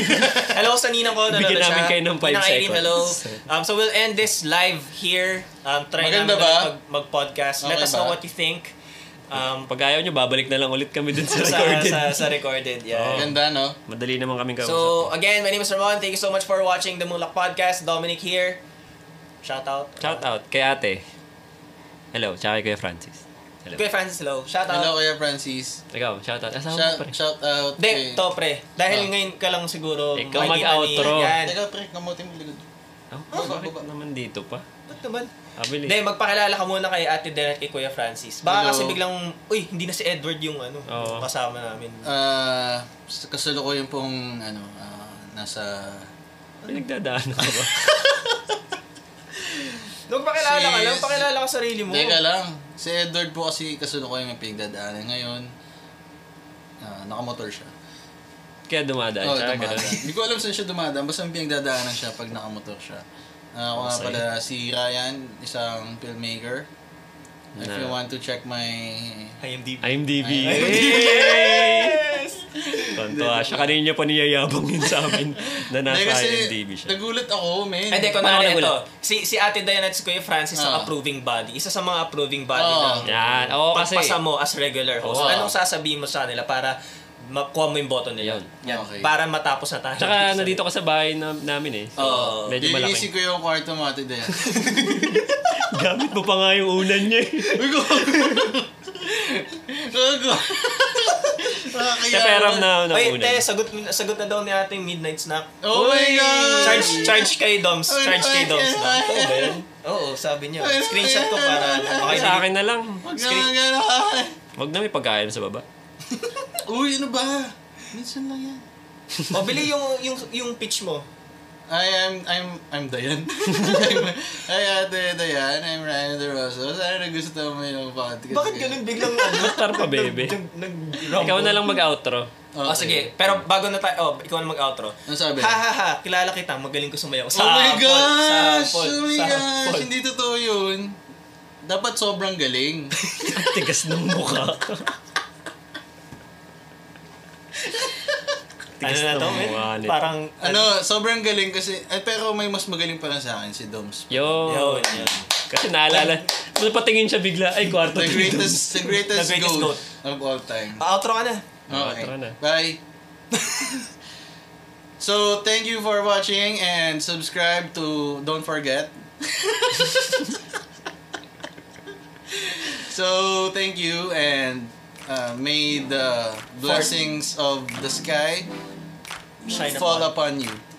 Hello sa ninang ko. nanonood Bigyan siya. namin kayo ng five Ninang Aileen, seconds. hello. Um, so we'll end this live here. Um, try Maganda ba? namin ulit mag- mag-podcast. Let Okay us know ba? what you think. Um, Pag ayaw niyo, babalik na lang ulit kami dun sa sa, recorded. Oh, sa, sa recorded. Yeah. Oo. Ganda, no? Madali naman kaming kausap. So again, my name is Ramon. Thank you so much for watching the Moonlock Podcast. Dominic here. Shout out. Shout out kay ate. Hello, tsaka kay Kuya Francis. Hello. Kuya Francis, hello. Shout out. Hello, Kuya Francis. Ikaw, shout out. Asawa Shout, mo pa rin. shout out Hindi, to pre. Dahil Ah. ngayon ka lang siguro Ikaw makikita ni- mag-outro. Yan. Teka, pre, kamutin mo likod. Oh, bakit baba. naman dito pa? Ah, Ba't naman? Abili. Hindi, magpakilala ka muna kay Ate Del at kay Kuya Francis. Hello. Baka kasi biglang, uy, hindi na si Edward yung ano, Oo. yung kasama namin. Ah, kasalukuyan pong, ano, ah, nasa... Pinagdadaan ka ba? Nung pakilala ka Sis. lang, pakilala ka sarili mo. Teka lang, si Edward po kasi kasalukuyan may pinagdadaanan ngayon. Ah, nakamotor siya. Kaya dumadaan Oo, Oh, siya. dumadaan. ganun. Hindi ko alam saan siya dumadaan. Basta may pinagdadaanan siya pag nakamotor siya. Ah, ako nga Sorry. pala si Ryan, isang filmmaker. If Na- you want to check my... IMDb. IMDb. IMDb. Yes! Tontuwa siya. Kanina niya pa niyayabang yun sa amin na nasa Hindi, kasi IMDb siya. Nagulat ako, man. Hindi, ko Paano ka na ito. nagulat? Si, si Ate Diane at si Kuya Francis Ah. ang approving body. Isa sa mga approving body Oo. ng Yan. Oo, kasi... pagpasa mo as regular host. Oo. Anong sasabihin mo sa nila para makuha mo yung boto nila? Yun. Yan. Okay. Para matapos na tayo. Tsaka nandito ka sa bahay na, namin eh. So, Oo. medyo Dilinisin malaki. ko yung kwarto mo, Ate Dea. Gamit mo pa nga yung unan niya eh. Uy, go! Gago. Nakakaya Kaya peram naman. na ng Wait, unan. te, sagot, sagot na daw ni ating midnight snack. Oh my Uy! God! Charge, charge kay Doms. Ay, Charge kay ay, ay, Doms. Dom. ay. Oo, ganun. Oo, sabi niya. Ay, Screenshot ko ay, para ano. ay, ay, okay. ay. Sa akin na lang. Huwag na Screen- nga na- Huwag na may pagkain sa baba. Uy, ano ba? Minsan lang yan. O, Oh, bili yung, yung, yung pitch mo. I am, I'm, I'm Dayan. I'm, ay, Ate Dayan. I'm Ryan De Rosso. Sana gusto mo yung podcast. Bakit ganun biglang ano? Tar pa, baby. Nag-rumble. Ikaw na lang mag-outro. Okay. Oh, sige. Pero bago na tayo, oh, ikaw na mag-outro. Ano sabi? Ha ha ha, kilala kita, magaling ko sumayaw. oh my Sample, gosh! oh sample, my gosh! sample. Hindi totoo yun. Dapat sobrang galing. Ang tigas ng mukha. Ano na to, men? Parang, ano, sobrang galing kasi, eh, pero may mas magaling pa rin sa akin, si Doms. Yo. Yun, yun. Kasi naalala. Napatingin siya bigla. Ay, kwarto The greatest, the greatest, The greatest goat, goat. of all time. Pa-outro ka na. Okay. tara na. Bye. so, thank you for watching and subscribe to Don't Forget. so, thank you and uh, may the blessings of the sky Shine fall upon. upon you.